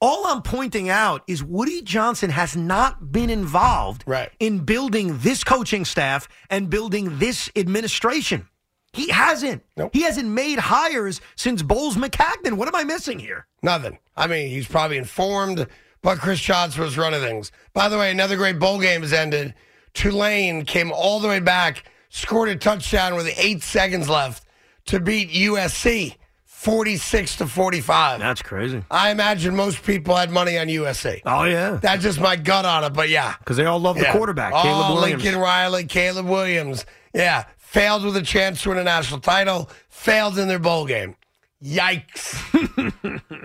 C: All I'm pointing out is Woody Johnson has not been involved in building this coaching staff and building this administration. He hasn't. He hasn't made hires since Bowles McCagnon. What am I missing here?
B: Nothing. I mean, he's probably informed, but Chris Johnson was running things. By the way, another great bowl game has ended. Tulane came all the way back, scored a touchdown with eight seconds left to beat USC 46 to 45.
C: That's crazy.
B: I imagine most people had money on USC.
C: Oh, yeah.
B: That's just my gut on it, but yeah.
C: Because they all love the
B: Yeah.
C: quarterback,
B: Oh,
C: Caleb Williams.
B: Lincoln Riley, Caleb Williams. Yeah. Failed with a chance to win a national title, failed in their bowl game. Yikes.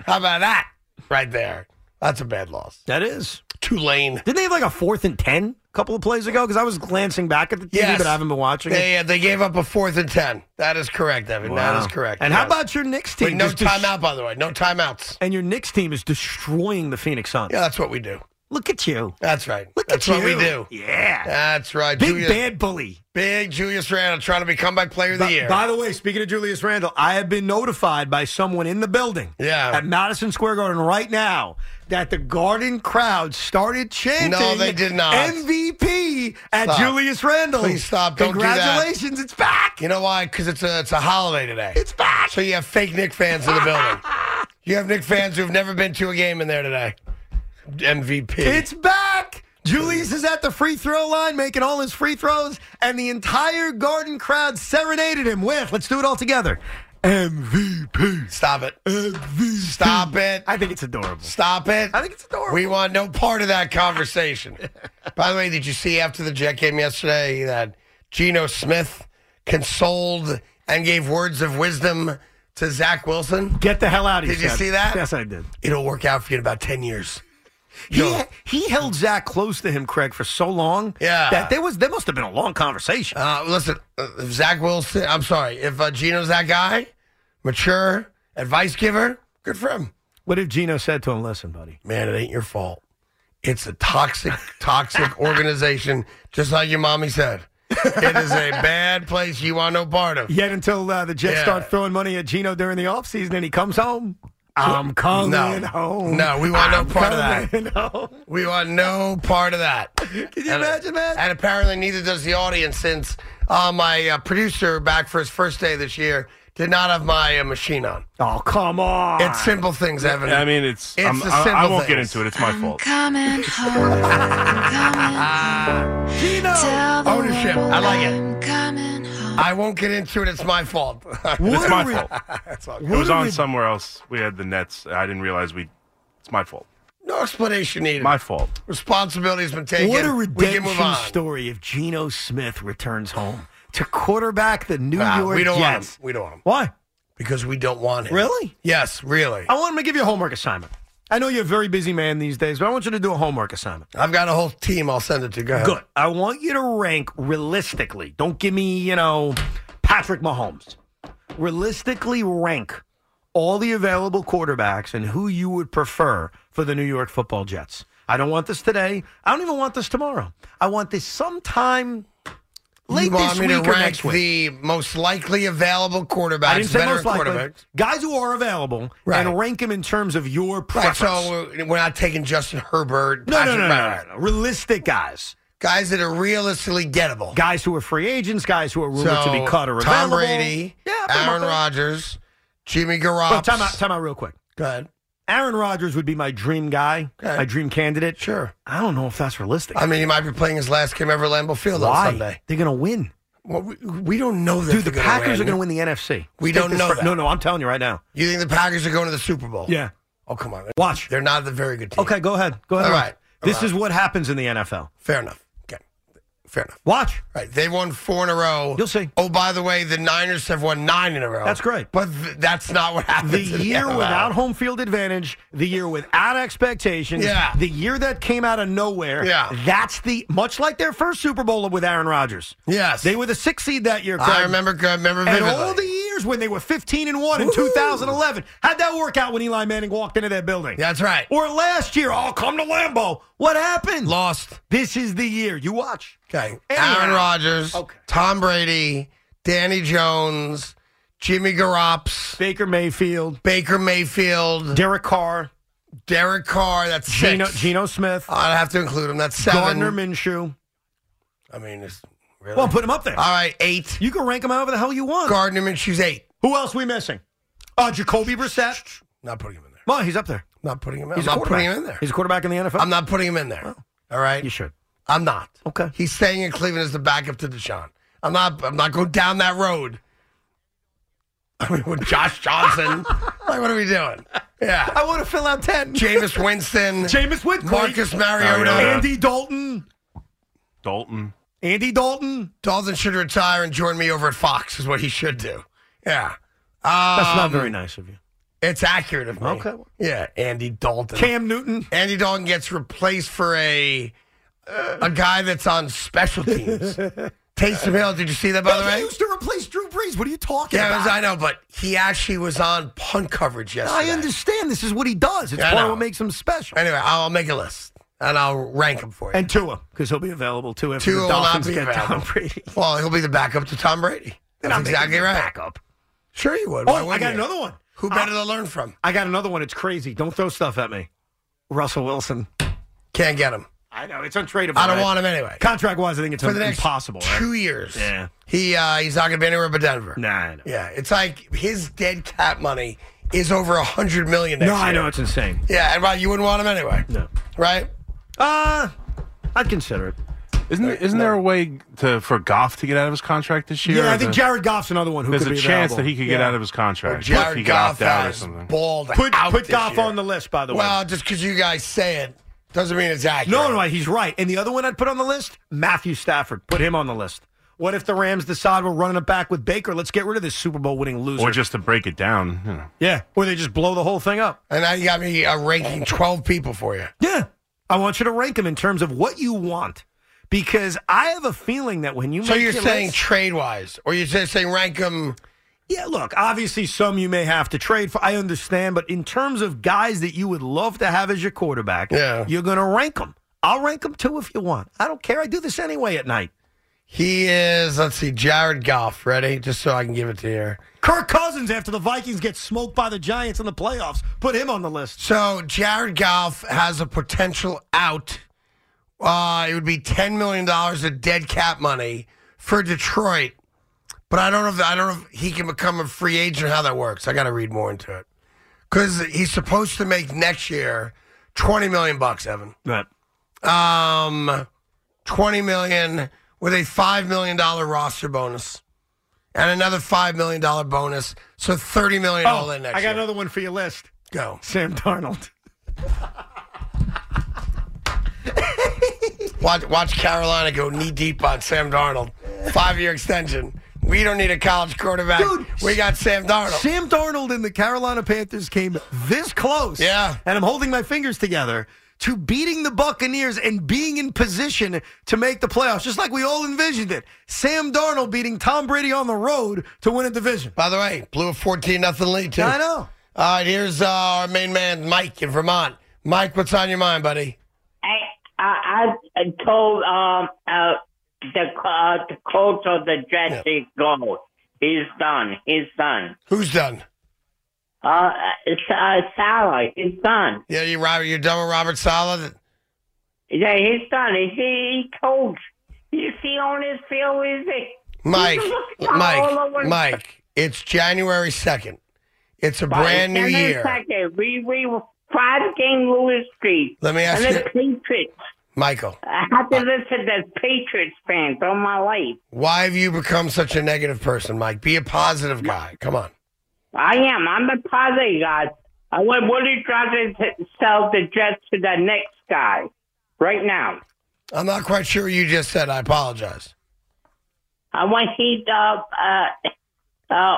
B: How about that? Right there. That's a bad loss.
C: That is.
B: Tulane.
C: Didn't they have like a fourth and 10 a couple of plays ago? Because I was glancing back at the TV,
B: Yes.
C: but I haven't been watching it.
B: They, uh, they gave up a fourth and 10. That is correct, Evan. That
C: Wow.
B: is correct.
C: And how
B: Yes.
C: about your Knicks
B: With
C: team?
B: no
C: Just dis-
B: timeout, by the way. No timeouts.
C: And your Knicks team is destroying the Phoenix Suns.
B: Yeah, that's what we do.
C: Look at you.
B: That's right.
C: Look
B: that's
C: at
B: what we
C: you.
B: do.
C: Yeah.
B: That's right.
C: Big bad bully.
B: Big Julius Randle trying to be comeback player of the
C: By-
B: year.
C: By the way, speaking of Julius Randle, I have been notified by someone in the building
B: Yeah.
C: at Madison Square Garden right now that the Garden crowd started chanting.
B: No, they did not.
C: MVP at
B: Stop.
C: Julius Randle.
B: Please stop. Don't do that.
C: Congratulations, it's back.
B: You know why? Because it's a it's a holiday today.
C: It's back.
B: So you have fake Nick fans in the building. You have Nick fans who've never been to a game in there today. MVP.
C: It's back. Julius is at the free throw line making all his free throws, and the entire Garden crowd serenaded him with, let's do it all together. MVP.
B: Stop it.
C: MVP.
B: Stop it.
C: I think it's adorable.
B: Stop it.
C: I think it's adorable.
B: We want no part of that conversation. By the way, did you see after the Jet game yesterday that Geno Smith consoled and gave words of wisdom to Zach Wilson?
C: Get the hell out of here.
B: Did you
C: Seth.
B: see that?
C: Yes, I did.
B: It'll work out for you in about 10 years.
C: He, he held Zach close to him, Craig, for so long.
B: Yeah.
C: That there was there must have been a long conversation.
B: Uh, listen, uh, if Zach Wilson, I'm sorry, if uh, Geno's that guy, mature, advice giver, good for him.
C: What if Gino said to him, listen, buddy?
B: Man, it ain't your fault. It's a toxic, toxic organization, just like your mommy said. It is a bad place you want no part of.
C: Yet until uh, the Jets
B: Yeah.
C: start throwing money at Gino during the offseason and he comes home. I'm coming
B: No.
C: home.
B: No, we want no
C: I'm
B: part of that.
C: coming home."
B: We want no part of that. Can
C: you imagine that?
B: And apparently, neither does the audience, since uh, my uh, producer back for his first day this year did not have my uh, machine on.
C: Oh, come on.
B: It's simple things, Evan.
D: I mean, it's.
B: It's
D: I'm-
B: the
D: I, I
B: simple
D: won't get
B: things.
D: into it. It's my fault.
K: Coming home,
B: Gino, ownership. I like it.
K: coming
B: I won't get into it. It's my fault.
D: It's my fault.
B: That's all
D: It
B: good.
D: was on somewhere else. We had the Nets. I didn't realize we. It's my fault.
B: No explanation needed.
D: My fault.
B: Responsibility's been taken.
C: What a
B: We can move
C: redemption
B: on.
C: story if Geno Smith returns home to quarterback the New
B: Nah,
C: York
B: Ah, we don't want him.
C: Jets.
B: We don't want him
C: Why?
B: because we don't want him.
C: Really?
B: Yes, really.
C: I want him to give you a homework assignment. I know you're a very busy man these days, but I want you to do a homework assignment.
B: I've got a whole team. I'll send it to. Go ahead.
C: Good. I want you to rank realistically. Don't give me, you know, Patrick Mahomes. Realistically rank all the available quarterbacks and who you would prefer for the New York football Jets. I don't want this today. I don't even want this tomorrow. I want this sometime late
B: you want
C: this
B: me
C: week
B: to
C: or
B: rank
C: next week.
B: the most likely available quarterbacks,
C: I didn't say
B: veteran
C: most likely.
B: quarterbacks?
C: Guys who are available
B: Right.
C: and rank them in terms of your
B: Right,
C: preference.
B: so we're we're not taking Justin Herbert.
C: no, no,
B: Patrick
C: no, no,
B: Mahomes.
C: no, no. Realistic guys.
B: Guys that are realistically gettable.
C: Guys who are free agents, guys who are rumored
B: So,
C: to be cut or
B: Tom
C: available.
B: Brady,
C: yeah, put 'em up
B: Aaron
C: there.
B: Rodgers, Jimmy
C: Well,
B: Garoppolo.
C: time out, time out, real quick.
B: Go ahead.
C: Aaron Rodgers would be my dream guy, my dream candidate.
B: Sure.
C: I don't know if that's realistic.
B: I mean, he might be playing his last game ever at Lambeau Field
C: Why?
B: on Sunday.
C: They're going to win.
B: Well, we, we don't know that.
C: Dude, the
B: they're gonna
C: Packers
B: win.
C: are going to win the NFC.
B: We
C: Let's take
B: don't
C: this
B: know
C: for-
B: that.
C: No, no, I'm telling you right now.
B: You think the Packers are going to the Super Bowl?
C: Yeah.
B: Oh, come on.
C: Watch.
B: They're not a very good team.
C: Okay, go ahead. Go ahead.
B: All right.
C: This
B: All right.
C: is what happens in the NFL.
B: Fair enough. Okay. Fair enough.
C: Watch.
B: Right. They won four in a row.
C: You'll see.
B: Oh, by the way, the Niners have won nine in a row.
C: That's great.
B: But th- that's not what happened.
C: The year without home field advantage, the year without expectations,
B: Yeah.
C: the year that came out of nowhere.
B: Yeah.
C: That's the much like their first Super Bowl with Aaron Rodgers.
B: Yes.
C: They were the sixth seed that year.
B: I
C: Craig.
B: remember. I remember
C: And
B: vividly.
C: all the years when they were 15 and 1 in
B: Woo-hoo.
C: 2011. How'd that work out when Eli Manning walked into that building?
B: That's right.
C: Or last year, I'll come to Lambeau. What happened?
B: Lost.
C: This is the year. You watch.
B: Okay.
C: Anyhow.
B: Aaron Rodgers,
C: Okay.
B: Tom Brady, Danny Jones, Jimmy Garoppolo,
C: Baker Mayfield,
B: Baker Mayfield,
C: Derek Carr,
B: Derek Carr. That's
C: Geno,
B: six. Oh,
C: Geno Smith,
B: I'd have to include him. That's seven.
C: Gardner Minshew.
B: I mean, it's really.
C: Well, put him up there.
B: all right, eight.
C: You can rank them however the hell you want.
B: Gardner Minshew's eight.
C: Who else we missing? Uh, Jacoby Brissett.
B: Not putting him in there.
C: Well, he's up there.
B: Not putting him in.
C: He's
B: I'm
C: a
B: not
C: quarterback.
B: putting him in there.
C: He's a quarterback in the NFL.
B: I'm not putting him in there. All right.
C: You should.
B: I'm not.
C: Okay.
B: He's staying in Cleveland as the backup to Deshaun. I'm not. I'm not going down that road. I mean, with Josh Johnson, like, what are we doing? Yeah.
C: I want to fill out 10.
B: Jameis Winston.
C: Jameis Winston.
B: Marcus
D: Mariota.
B: Mariota.
C: Andy Dalton.
D: Dalton.
C: Andy Dalton.
B: Dalton should retire and join me over at Fox. Is what he should do. Yeah.
C: That's not
B: Um,
C: very nice of you.
B: It's accurate of me.
C: Okay.
B: Yeah. Andy Dalton.
C: Cam Newton.
B: Andy Dalton gets replaced for a a guy that's on special teams. Taysom Hill. Did you see that by the
C: He
B: way?
C: used to replace Drew Brees. What are you talking
B: Yeah, it
C: about?
B: was, I know, but he actually was on punt coverage yesterday.
C: I understand. This is what he does. It's
B: Yeah, I
C: part
B: know.
C: of what makes him special.
B: Anyway, I'll make a list and I'll rank him for you.
C: And Tua, because he'll be available too after
B: Tua
C: the
B: will not
C: Dolphins
B: be
C: get Tom
B: available.
C: Brady.
B: well, he'll be the backup to Tom Brady.
C: They're
B: That's
C: not making
B: exactly
C: him
B: right.
C: Backup.
B: Sure, you would.
C: Oh,
B: Why
C: I
B: wouldn't
C: got
B: you?
C: another one.
B: Who better to learn from?
C: I got another one. It's crazy. Don't throw stuff at me. Russell Wilson.
B: Can't get him.
C: I know it's untradeable.
B: I don't want him anyway.
C: Contract wise, I think it's
B: For the next
C: impossible. right?
B: two years,
C: Yeah.
B: he uh, he's not going to be anywhere but Denver.
C: Nah, I know.
B: Yeah, it's like his dead cat money is over a hundred million. Next
C: No, I
B: year.
C: know it's insane.
B: Yeah, and right, you wouldn't want him anyway.
C: No.
B: Right?
C: Uh I'd consider it.
D: Isn't there, isn't there a way to for Goff to get out of his contract this year?
C: yeah, I
D: Or
C: think
D: the-
C: Jared Goff's another one who
D: There's
C: could
D: a
C: be
D: chance
C: available.
D: that he could get
C: Yeah.
D: out of his contract.
B: Jared
D: he could
B: Goff
D: opt out or
B: has
D: something.
B: balled
C: Put
B: out
C: put
B: this
C: Goff
B: year.
C: on the list, by the way.
B: Well, just because you guys say it doesn't mean it's accurate.
C: No, no, no, he's right. And the other one I'd put on the list, Matthew Stafford. Put him on the list. What if the Rams decide we're running it back with Baker? Let's get rid of this Super Bowl winning loser.
D: Or just to break it down. You know.
C: yeah, or they just blow the whole thing up.
B: And now you got me uh, ranking 12 people for you.
C: Yeah. I want you to rank them in terms of what you want. Because I have a feeling that when you
B: So
C: make
B: you're
C: your
B: saying
C: list-
B: trade wise, or you're just saying rank them?
C: Yeah, look, obviously some you may have to trade for. I understand, but in terms of guys that you would love to have as your quarterback,
B: Yeah.
C: you're going to rank them. I'll rank them too if you want. I don't care. I do this anyway at night.
B: He is, let's see, Jared Goff. Ready? Just so I can give it to you.
C: Kirk Cousins, after the Vikings get smoked by the Giants in the playoffs, put him on the list.
B: So Jared Goff has a potential out. Uh, it would be $10 million of dead cap money for Detroit. But I don't know if I don't know if he can become a free agent. How that works? I got to read more into it because he's supposed to make next year twenty million bucks. Evan,
C: Right.
B: um, 20 million with a $5 million roster bonus and another $5 million bonus. So $30 million all
C: Oh, I
B: in next
C: got
B: year.
C: another one for your list.
B: Go.
C: Sam Darnold.
B: Watch, watch Carolina go knee deep on Sam Darnold. Five year extension. We don't need a college quarterback.
C: Dude,
B: we got Sam Darnold.
C: Sam Darnold and the Carolina Panthers came this close.
B: Yeah.
C: And I'm holding my fingers together to beating the Buccaneers and being in position to make the playoffs, just like we all envisioned it. Sam Darnold beating Tom Brady on the road to win a division.
B: By the way, blew a 14 nothing lead, too.
C: I know.
B: All right, here's uh, our main man, Mike in Vermont. Mike, what's on your mind, buddy?
K: I I, I told um uh, the co- uh, the coach of the Jets to go. He's done. He's done.
B: Who's done?
K: Uh, it's, uh Salah. He's done.
B: Yeah, you Robert, you're done with Robert Sala.
K: Yeah, he's done. He, he coach. You see on his field, is it?
B: Mike,
K: You look at all
B: Mike,
K: over-
B: Mike, it's January 2nd. It's a
K: Right,
B: brand new
K: and then
B: year.
K: Second, we we were five game losing streak.
B: Let me ask
K: and
B: you-
K: the Patriots.
B: Michael,
K: I have to listen to Patriots fans all my life.
B: why have you become such a negative person, Mike? Be a positive guy. Come on.
K: I am. I'm a positive guy. I want Woody Johnson to sell the Jets to the next guy right now.
B: I'm not quite sure what you just said. I apologize.
K: I want he to uh, uh,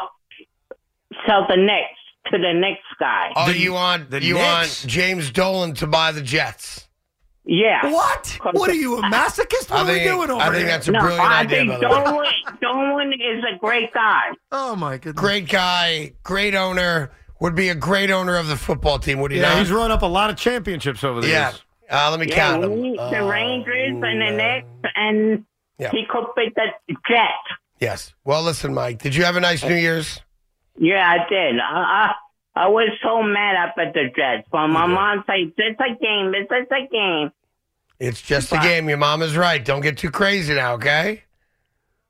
K: sell the next to the next guy.
B: Oh, you want
K: Knicks?
B: you want James Dolan to buy the Jets?
K: Yeah.
C: What? What are you, a masochist? What
B: I
C: are we
B: think-
C: doing over
B: I think
C: here?
B: that's a No, brilliant I idea, think by the way.
K: Dolan, Dolan is a great guy.
C: Oh my goodness.
B: Great guy, great owner. Would be a great owner of the football team. Would he
C: Yeah,
B: not?
C: he's run up a lot of championships over the
B: yeah.
C: years.
B: Uh, let me
K: Yeah,
B: count
K: he-
B: them.
K: the Rangers and the Knicks, and
B: Oh, Yeah.
K: he could pick the Jets.
B: Yes. Well, listen, Mike. Did you have a nice New Year's?
K: Yeah, I did. I, I I was so mad up at the Jets. But my mom said, "It's a game. It's just a game."
B: It's just a game. Your mom is right. Don't get too crazy now, okay?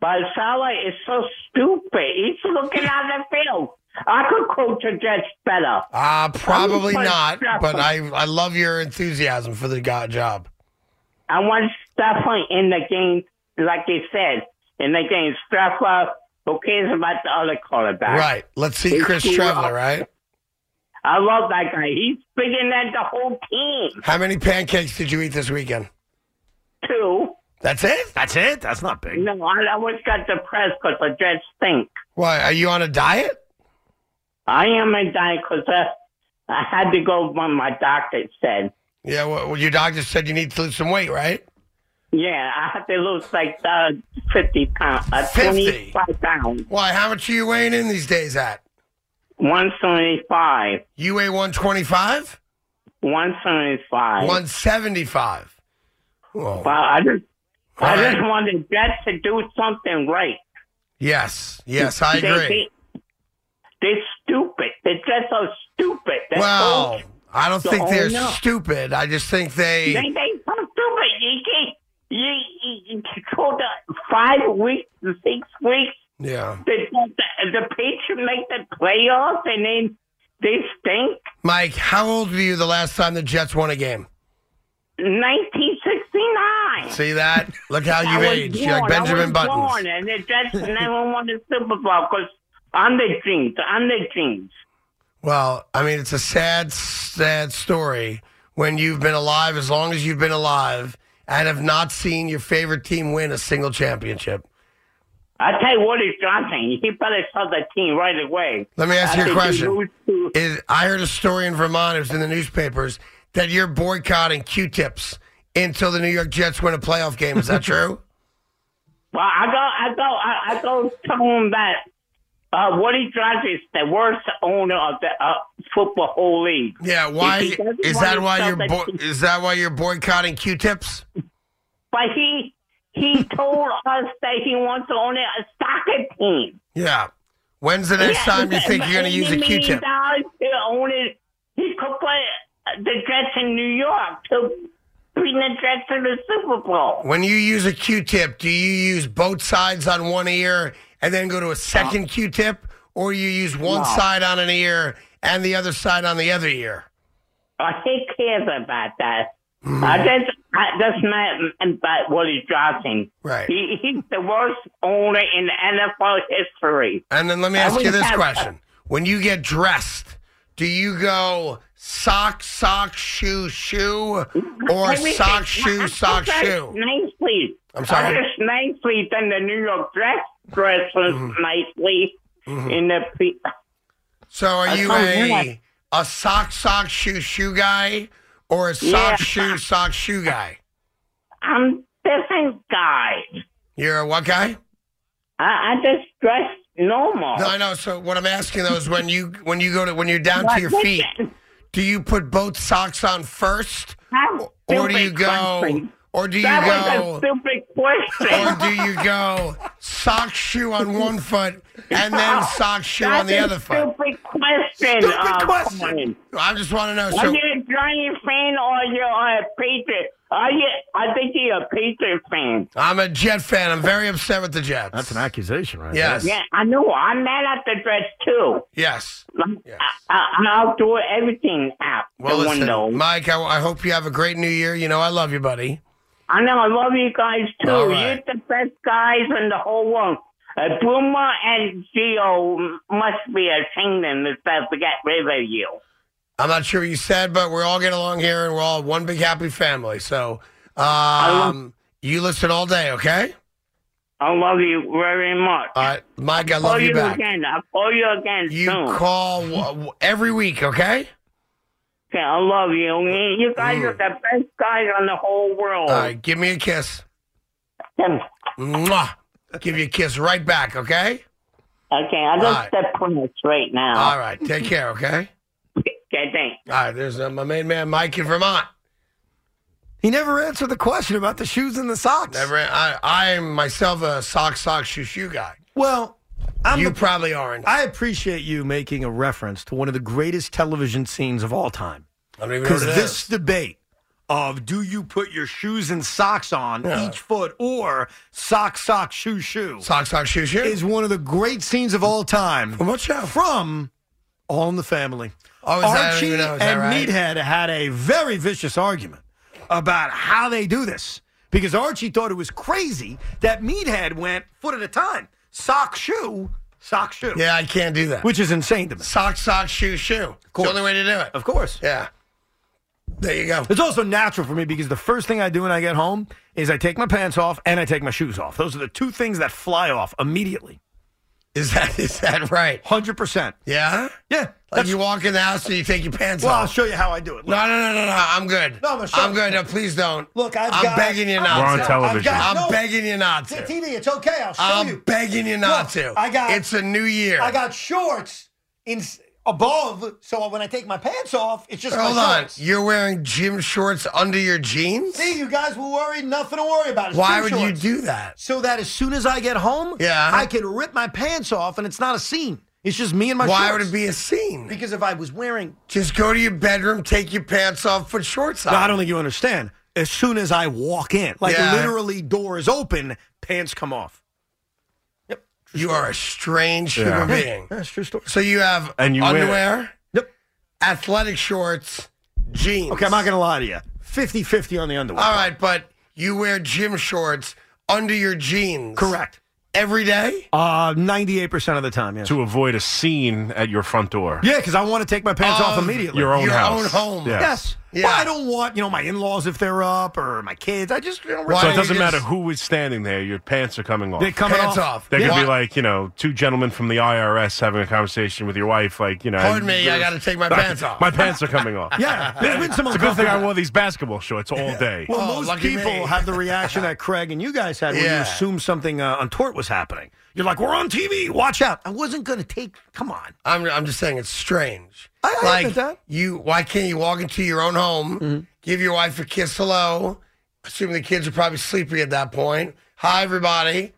K: But Salah is so stupid. He's looking at the field. I could coach the Jets better.
B: Uh, probably
K: I
B: not.
K: want
B: But I,
K: Stefan-
B: I love your enthusiasm for the go- job.
K: I want Stefan in the game, like they said in the game. Stefan, who cares about the other quarterback?
B: Right. Let's see
K: They
B: Chris
K: screw
B: Trevor,
K: up.
B: right?
K: I love that guy. He's bigger than the whole team.
B: How many pancakes did you eat this weekend?
K: Two.
B: That's it?
C: That's it? That's not big.
K: No, I I always got depressed because the Jets stink.
B: Why? Are you on a diet?
K: I am a diet because I, I had to go when my doctor said.
B: Yeah, well, your doctor said you need to lose some weight, right?
K: Yeah, I had to lose like uh, 50 pounds, uh,
B: 50?
K: 25 pounds,
B: Why? How much are you weighing in these days at?
K: 175,
B: You weigh 125?
K: 175.
B: 175. Whoa.
K: But I just, I
B: All right.
K: just wanted Jets to do something right.
B: Yes, yes, I
K: They-
B: agree.
K: They, they're stupid. The Jets are stupid. They're
B: Well,
K: so-
B: I don't
K: the
B: think they're
K: owner.
B: stupid. I just think
K: they
B: they.
K: they so stupid. You can't. You, you, you control the five weeks, to six weeks.
B: Yeah.
K: the, the, the Patriots make the playoffs and then they stink.
B: Mike, how old were you the last time the Jets won a game?
K: 1969.
B: See that? Look how
K: I
B: you
K: was
B: aged. You're like
K: born, I
B: Benjamin
K: was
B: Buttons.
K: Born and the Jets never won the Super Bowl because I'm the dreams. I'm the dreams.
B: Well, I mean, it's a sad, sad story when you've been alive as long as you've been alive and have not seen your favorite team win a single championship.
K: I tell you what is Johnson. He better sell the team right away.
B: Let me ask you a
K: After he
B: question.
K: lose to-
B: Is, I heard a story in Vermont, it was in the newspapers, that you're boycotting Q tips until the New York Jets win a playoff game. Is that true?
K: Well, I go, I go, I, I go tell him that uh, Woody Johnson is the worst owner of the uh, football whole league.
B: Yeah,
K: If
B: why
K: he doesn't
B: is
K: want
B: that
K: to
B: why
K: sell
B: you're
K: the
B: boy
K: team-
B: is that why you're boycotting Q tips?
K: But he he told us that he wants to own a soccer
B: Hmm.
K: team.
B: Yeah. When's the next
K: Yeah,
B: time you think you're going to use a
K: $80 million
B: Q tip?
K: dollars to own it. He could play the Jets in New York to bring the Jets to the Super Bowl.
B: When you use a Q-tip, do you use both sides on one ear and then go to a second Q-tip, or you use one
K: No.
B: side on an ear and the other side on the other ear?
K: Uh, he cares about that. I
B: Hmm.
K: just I just mad about Willie Johnson.
B: Right.
K: He, he's the worst owner in NFL history.
B: And then let me
K: I
B: ask you
K: wouldn't
B: this
K: have- uh,
B: question: When you get dressed, do you go sock, sock, shoe, shoe, or
K: Everything.
B: sock, shoe,
K: Mm-hmm. I-
B: sock,
K: I dress
B: shoe?
K: Nicely.
B: I'm sorry?
K: I dress nicely than the New York dress dresses
B: Mm-hmm.
K: nicely in the. Pe-
B: So are
K: I
B: you
K: don't know
B: a
K: that.
B: a sock, sock, shoe, shoe guy, or a
K: Yeah.
B: sock, shoe, sock, shoe guy?
K: I'm different guy.
B: You're a what guy?
K: I, I just dress normal.
B: No, I know. So what I'm asking though is when you when you go to when you're down to
K: But
B: your feet,
K: listen,
B: do you put both socks on first,
K: how
B: or do
K: stupid
B: you go,
K: question.
B: or do you
K: That was a
B: go,
K: stupid
B: or
K: question.
B: do you go sock shoe on one foot and then sock shoe on the
K: That's a
B: other foot?
K: Stupid question.
C: Stupid
K: uh,
C: question.
K: Colin.
B: I just want to know.
K: I
B: So
K: didn't Giant fan or you're a Patriot? Are you? I think you're a Patriot fan.
B: I'm a Jet fan. I'm very upset with the Jets.
N: That's an accusation, right?
B: Yes.
K: Yeah, I know. I'm mad at the dress too.
B: Yes.
K: I, I, I'll do everything out
B: Well,
K: the
B: listen,
K: window.
B: Mike, I, I hope you have a great new year. You know, I love you, buddy.
K: I know. I love you guys too.
B: All right.
K: You're the best guys in the whole world. Uh, Boomer and Geo must be ashamed of themselves to get rid of you.
B: I'm not sure what you said, but we're all getting along here and we're all one big happy family. So, um, you listen all day, okay?
K: I love you very much.
B: All right, Mike, I love
K: call
B: you,
K: you
B: back.
K: again. I'll call you again
B: You
K: soon.
B: call w- w- every week, okay?
K: Okay, I love you. You guys
B: Mm.
K: are the best guys on the whole world.
B: All right, give me a kiss. Mwah. Give you a kiss right back, okay?
K: Okay, I
B: All
K: just
B: right.
K: step on this right now.
B: All right, take care, okay?
K: Okay, thanks.
B: All right, there's uh, my main man, Mike in Vermont.
C: He never answered the question about the shoes and the socks.
B: Never, I, I'm myself a sock, sock, shoe, shoe guy.
C: Well, I'm
B: you
C: the-
B: probably aren't.
C: I appreciate you making a reference to one of the greatest television scenes of all time.
B: I don't even know what it
C: this
B: is.
C: debate of do you put your shoes and socks on
B: Yeah.
C: each foot or sock, sock, shoe, shoe?
B: Sock, sock, shoe, shoe.
C: Is one of the great scenes of all time. From
B: what show?
C: From All in the Family.
B: Oh, is that- I don't
C: Archie
B: even know. Is that
C: and
B: right?
C: Meathead had a very vicious argument about how they do this because Archie thought it was crazy that Meathead went foot at a time, sock, shoe, sock, shoe.
B: Yeah, I can't do that.
C: Which is insane to me.
B: Sock, sock, shoe, shoe. It's the only way to do it.
C: Of course.
B: Yeah. There you go.
C: It's also natural for me because the first thing I do when I get home is I take my pants off and I take my shoes off. Those are the two things that fly off immediately.
B: Is that is that right?
C: 100%.
B: Yeah?
C: Yeah.
B: Like you walk in the house and you take your pants
C: Well, I'll
B: off.
C: show you how I do it.
B: No, no, no, no, no. I'm good.
C: No, I'm gonna show
B: I'm
C: you.
B: good. No, please don't.
C: Look, I've
B: I'm
C: got-
B: begging you not
D: We're on
B: to.
D: television.
B: I'm
C: I've got- no.
B: begging you not to.
C: TV, it's okay. I'll show
B: I'm
C: you.
B: begging you not
C: Look,
B: to.
C: I got-
B: It's a new year.
C: I got shorts in above, so when I take my pants off, it's just
B: Hold
C: my
B: on.
C: shorts.
B: You're wearing gym shorts under your jeans?
C: See, you guys were worried. Nothing to worry about. It's
B: Why
C: gym
B: would
C: shorts.
B: you do that?
C: So that as soon as I get home,
B: Yeah.
C: I can rip my pants off, and it's not a scene. It's just me and my.
B: Why
C: shorts.
B: would it be a scene?
C: Because if I was wearing
B: Just go to your bedroom, take your pants off, put shorts on.
C: No, I don't think you understand. As soon as I walk in, like
B: Yeah.
C: literally doors open, pants come off.
B: You are a strange
D: Yeah.
B: human
C: Yeah,
B: being.
C: That's true story.
B: So you have
D: And you wear it.
B: underwear,
C: Yep.
B: athletic shorts, jeans.
C: Okay, I'm not going to lie to you. 50-50 on the underwear.
B: All right, but you wear gym shorts under your jeans.
C: Correct.
B: Every day?
C: Uh, 98% of the time, yes.
D: to avoid a scene at your front door.
C: Yeah, because I want to take my pants off
B: Of
C: immediately.
D: Your own
B: Your
D: house.
B: own home.
D: Yeah.
C: Yes.
B: Yeah.
C: Well, I don't want, you know, my in-laws if they're up or my kids. I just, you know,
B: Why
D: So
B: don't
D: it doesn't
B: you
D: matter
B: just-
D: who is standing there. Your pants are coming off.
C: They come
B: Pants off.
D: They could
B: Yeah.
D: be like, you know, two gentlemen from the IRS having a conversation with your wife, like, you know.
B: Pardon me, I gotta take my pants off.
D: My pants are coming off.
C: Yeah, there's been some
D: It's a good thing I
C: uncomfortable-
D: wore these basketball shorts all day.
C: Well,
B: Oh,
C: most
B: lucky
C: people
B: me.
C: have the reaction that Craig and you guys had when you
B: Yeah.
C: assume something uh, untoward was happening. You're like, we're on TV. Watch out. I wasn't going to take. Come on.
B: I'm, I'm just saying it's strange.
C: I- I
B: like
C: admit that. Mm-hmm.
B: you, why can't you walk into your own home, give your wife a kiss, hello? Assuming the kids are probably sleepy at that point. Hi, everybody.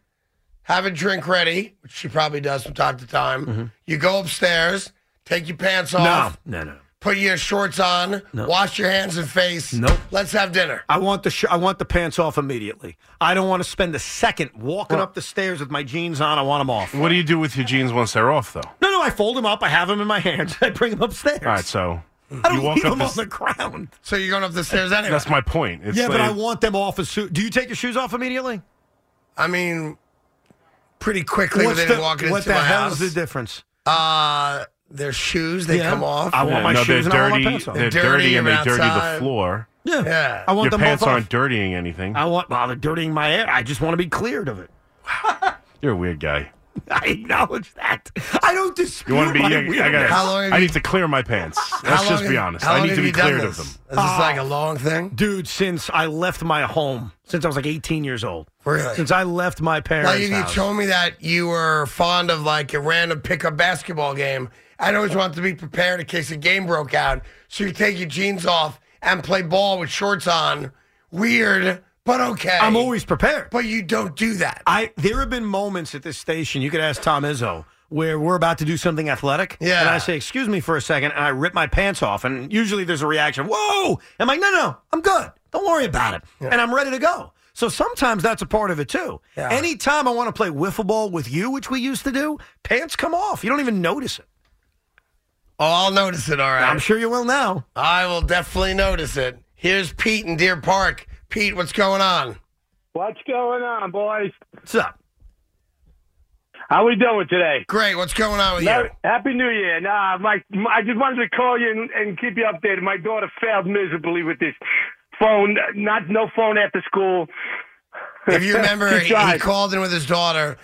B: Have a drink ready, which she probably does from time to time. You go upstairs, take your pants off,
C: Mm-hmm. No, no, no.
B: put your shorts on, wash your hands and face.
C: Nope.
B: Let's have dinner.
C: I want the sh- I want the pants off immediately. I don't want to spend a second walking up the stairs with my jeans on. I want them off.
D: What do you do with your jeans once they're off, though? All
C: No, no. I fold them up. I have them in my hands. I bring them upstairs.
D: right, so.
C: I don't
D: you walk
C: leave
D: up
C: them
D: the
C: on the ground.
B: So you're going up the stairs anyway.
D: That's my point. It's
C: yeah, but I
D: like-
C: want them off as soon. Do you take your shoes off immediately?
B: I mean, pretty quickly within
C: the,
B: walking
C: what
B: into
C: the
B: my house.
C: hell's the difference?
B: uh, their shoes, they
C: Yeah.
B: come off.
C: I want my
D: no,
C: shoes
D: they're
C: and I want
D: dirty.
C: my pants on.
D: They're
B: They're
D: dirty,
B: dirty
D: and
B: and
D: they dirty
B: outside.
D: the floor.
C: Yeah.
B: Yeah.
C: I want
D: Your
C: them
D: pants
C: both off.
D: aren't dirtying anything.
C: I want. Well, they're dirtying my air. I just want to be cleared of it.
D: You're a weird guy.
C: I acknowledge that. I don't dispute
D: You want to be?
C: my
D: I, I
C: weirdness.
D: gotta,
B: How long have
D: I
B: you-
D: need to clear my pants.
B: How
D: Let's just
B: long have
D: be
B: you-
D: honest.
B: how
D: I
B: long
D: need
B: have
D: to be
B: you done
D: cleared of
B: this?
D: them.
B: Is this like a long thing?
C: Ah. Dude, since I left my home, since I was like 18 years old.
B: Really?
C: Since I left my parents'
B: Like if you
C: house.
B: told me that you were fond of like a random pickup basketball game, I'd always want to be prepared in case a game broke out. So you take your jeans off and play ball with shorts on. Weird, but okay.
C: I'm always prepared.
B: But you don't do that.
C: I there have been moments at this station. You could ask Tom Izzo where we're about to do something athletic.
B: Yeah.
C: And I say, excuse me for a second, and I rip my pants off. And usually there's a reaction, whoa. I'm like, no, no, I'm good. Don't worry about it. And I'm ready to go. So sometimes that's a part of it too.
B: Yeah.
C: Anytime I want to play wiffle ball with you, which we used to do, pants come off. You don't even notice it.
B: Oh, I'll notice it. All right.
C: I'm sure you will now.
B: I will definitely notice it. Here's Pete in Deer Park. Pete, what's going on?
N: What's going on, boys?
C: What's up?
N: How we doing today?
B: Great. What's going on with
N: Merry- Happy New Year. Nah, my, my- I just wanted to call you and, and keep you updated. My daughter failed miserably with this phone. Not no phone after school.
B: If you remember,
N: She
B: he, he
N: tried.
B: called in with his daughter.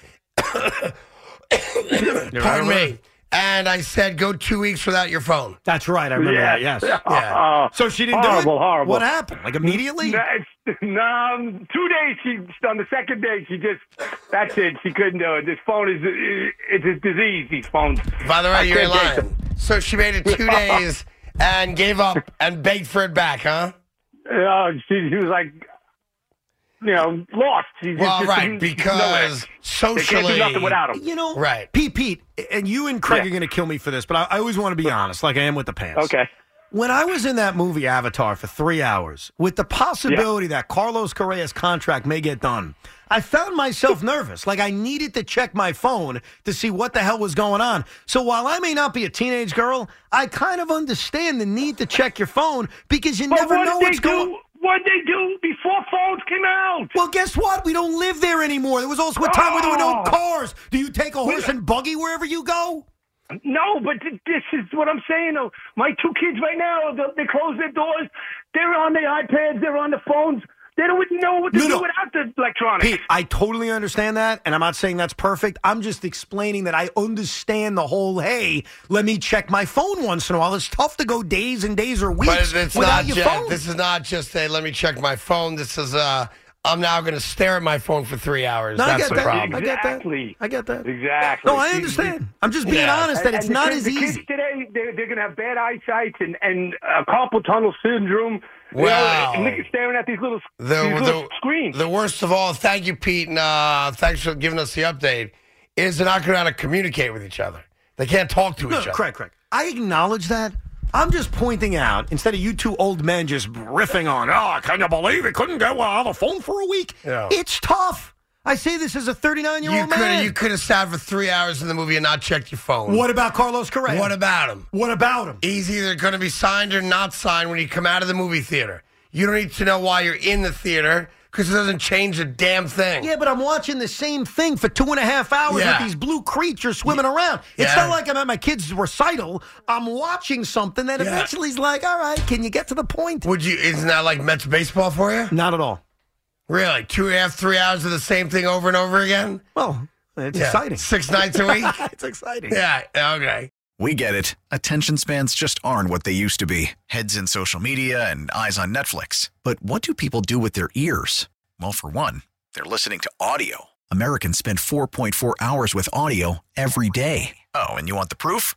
B: Pardon me. And I said, go two weeks without your phone.
C: That's right. I remember
N: Yeah.
C: that. Yes.
N: Yeah.
C: Yeah.
N: Uh,
C: so she didn't do
N: horrible,
C: it.
N: horrible.
C: What happened? Like immediately?
N: No, it's- no, um, two days. She on the second day. She just that's it. She couldn't do it. This phone is it's a disease. These phones.
B: By the
N: I
B: way, you're in
N: can't take
B: line. So she made it two days and gave up and begged for it back, huh?
N: Yeah, she, she was like, you know, lost. She just-
B: Well,
N: just
B: right,
N: didn't-
B: because
N: no way. They can't do nothing without him.
C: You know,
B: Right.
C: Pete, Pete, and you and Craig are going to kill me for this, but I, I always want to be honest, like I am with the pants.
N: Uh-huh. Okay.
C: When I was in that movie Avatar for three hours, with the possibility that Carlos Correa's contract may get done, I found myself nervous. Like I needed to check my phone to see what the hell was going on. So while I may not be a teenage girl, I kind of understand the need to check your phone because you
N: But
C: never
N: what
C: know
N: did
C: what's
N: they do?
C: going.
N: What did they do before phones came out?
C: Well, guess what? We don't live there anymore. There was also a time where there were no
N: Oh.
C: cars. Do you take a horse and buggy wherever you go?
N: No, but th- this is what I'm saying. Though my two kids right now, they, they close their doors. They're on their iPads. They're on the phones. They don't even know what to
C: No,
N: do
C: no.
N: without the electronics.
C: Pete, I totally understand that, and I'm not saying that's perfect. I'm just explaining that I understand the whole. Hey, let me check my phone once in a while. It's tough to go days and days or
B: But
C: weeks
B: it's, it's
C: without
B: not
C: your
B: just,
C: phone.
B: this is not just a let me check my phone. This is uh I'm now going to stare at my phone for 3 hours.
C: No, I
B: That's
C: get
B: the
C: that.
B: problem.
C: I get that.
N: Exactly.
C: I get that.
N: Exactly.
C: No, I understand. I'm just being
B: Yeah.
C: honest that
N: And-
C: it's
N: and the
C: not
N: kids-
C: as
N: the
C: easy.
N: Kids today, they're, they're going to have bad eyesight and and uh, carpal tunnel syndrome. You
B: Wow.
N: know, look, staring at these little,
B: The,
N: these little
B: the,
N: screens.
B: the worst of all, thank you, Pete, and uh, thanks for giving us the update, is they're not going to know how to communicate with each other. They can't talk to
C: No,
B: each other.
C: correct, correct. I acknowledge that. I'm just pointing out, instead of you two old men just riffing on, oh, can you believe it? Couldn't get on the phone for a week.
B: Yeah.
C: It's tough. I say this as a 39 year
B: You
C: old
B: could
C: man.
B: have you could have sat for three hours in the movie and not checked your phone.
C: What about Carlos Correa?
B: What about him?
C: What about him?
B: He's either going to be signed or not signed when you come out of the movie theater. You don't need to know why you're in the theater because it doesn't change a damn thing.
C: Yeah, but I'm watching the same thing for two and a half hours
B: Yeah.
C: with these blue creatures swimming around. It's
B: Yeah.
C: not like I'm at my kid's recital. I'm watching something that
B: Yeah.
C: eventually is like, all right, can you get to the point?
B: Would you? Isn't that like Mets baseball for you?
C: Not at all.
B: Really, two and a half, three hours of the same thing over and over again?
C: Well, it's
B: Yeah.
C: exciting.
B: Six nights a week.
C: it's exciting.
B: yeah. Okay.
O: We get it. Attention spans just aren't what they used to be heads in social media and eyes on Netflix. But what do people do with their ears? Well, for one, they're listening to audio. Americans spend 4.4 hours with audio every day. Oh, and you want the proof?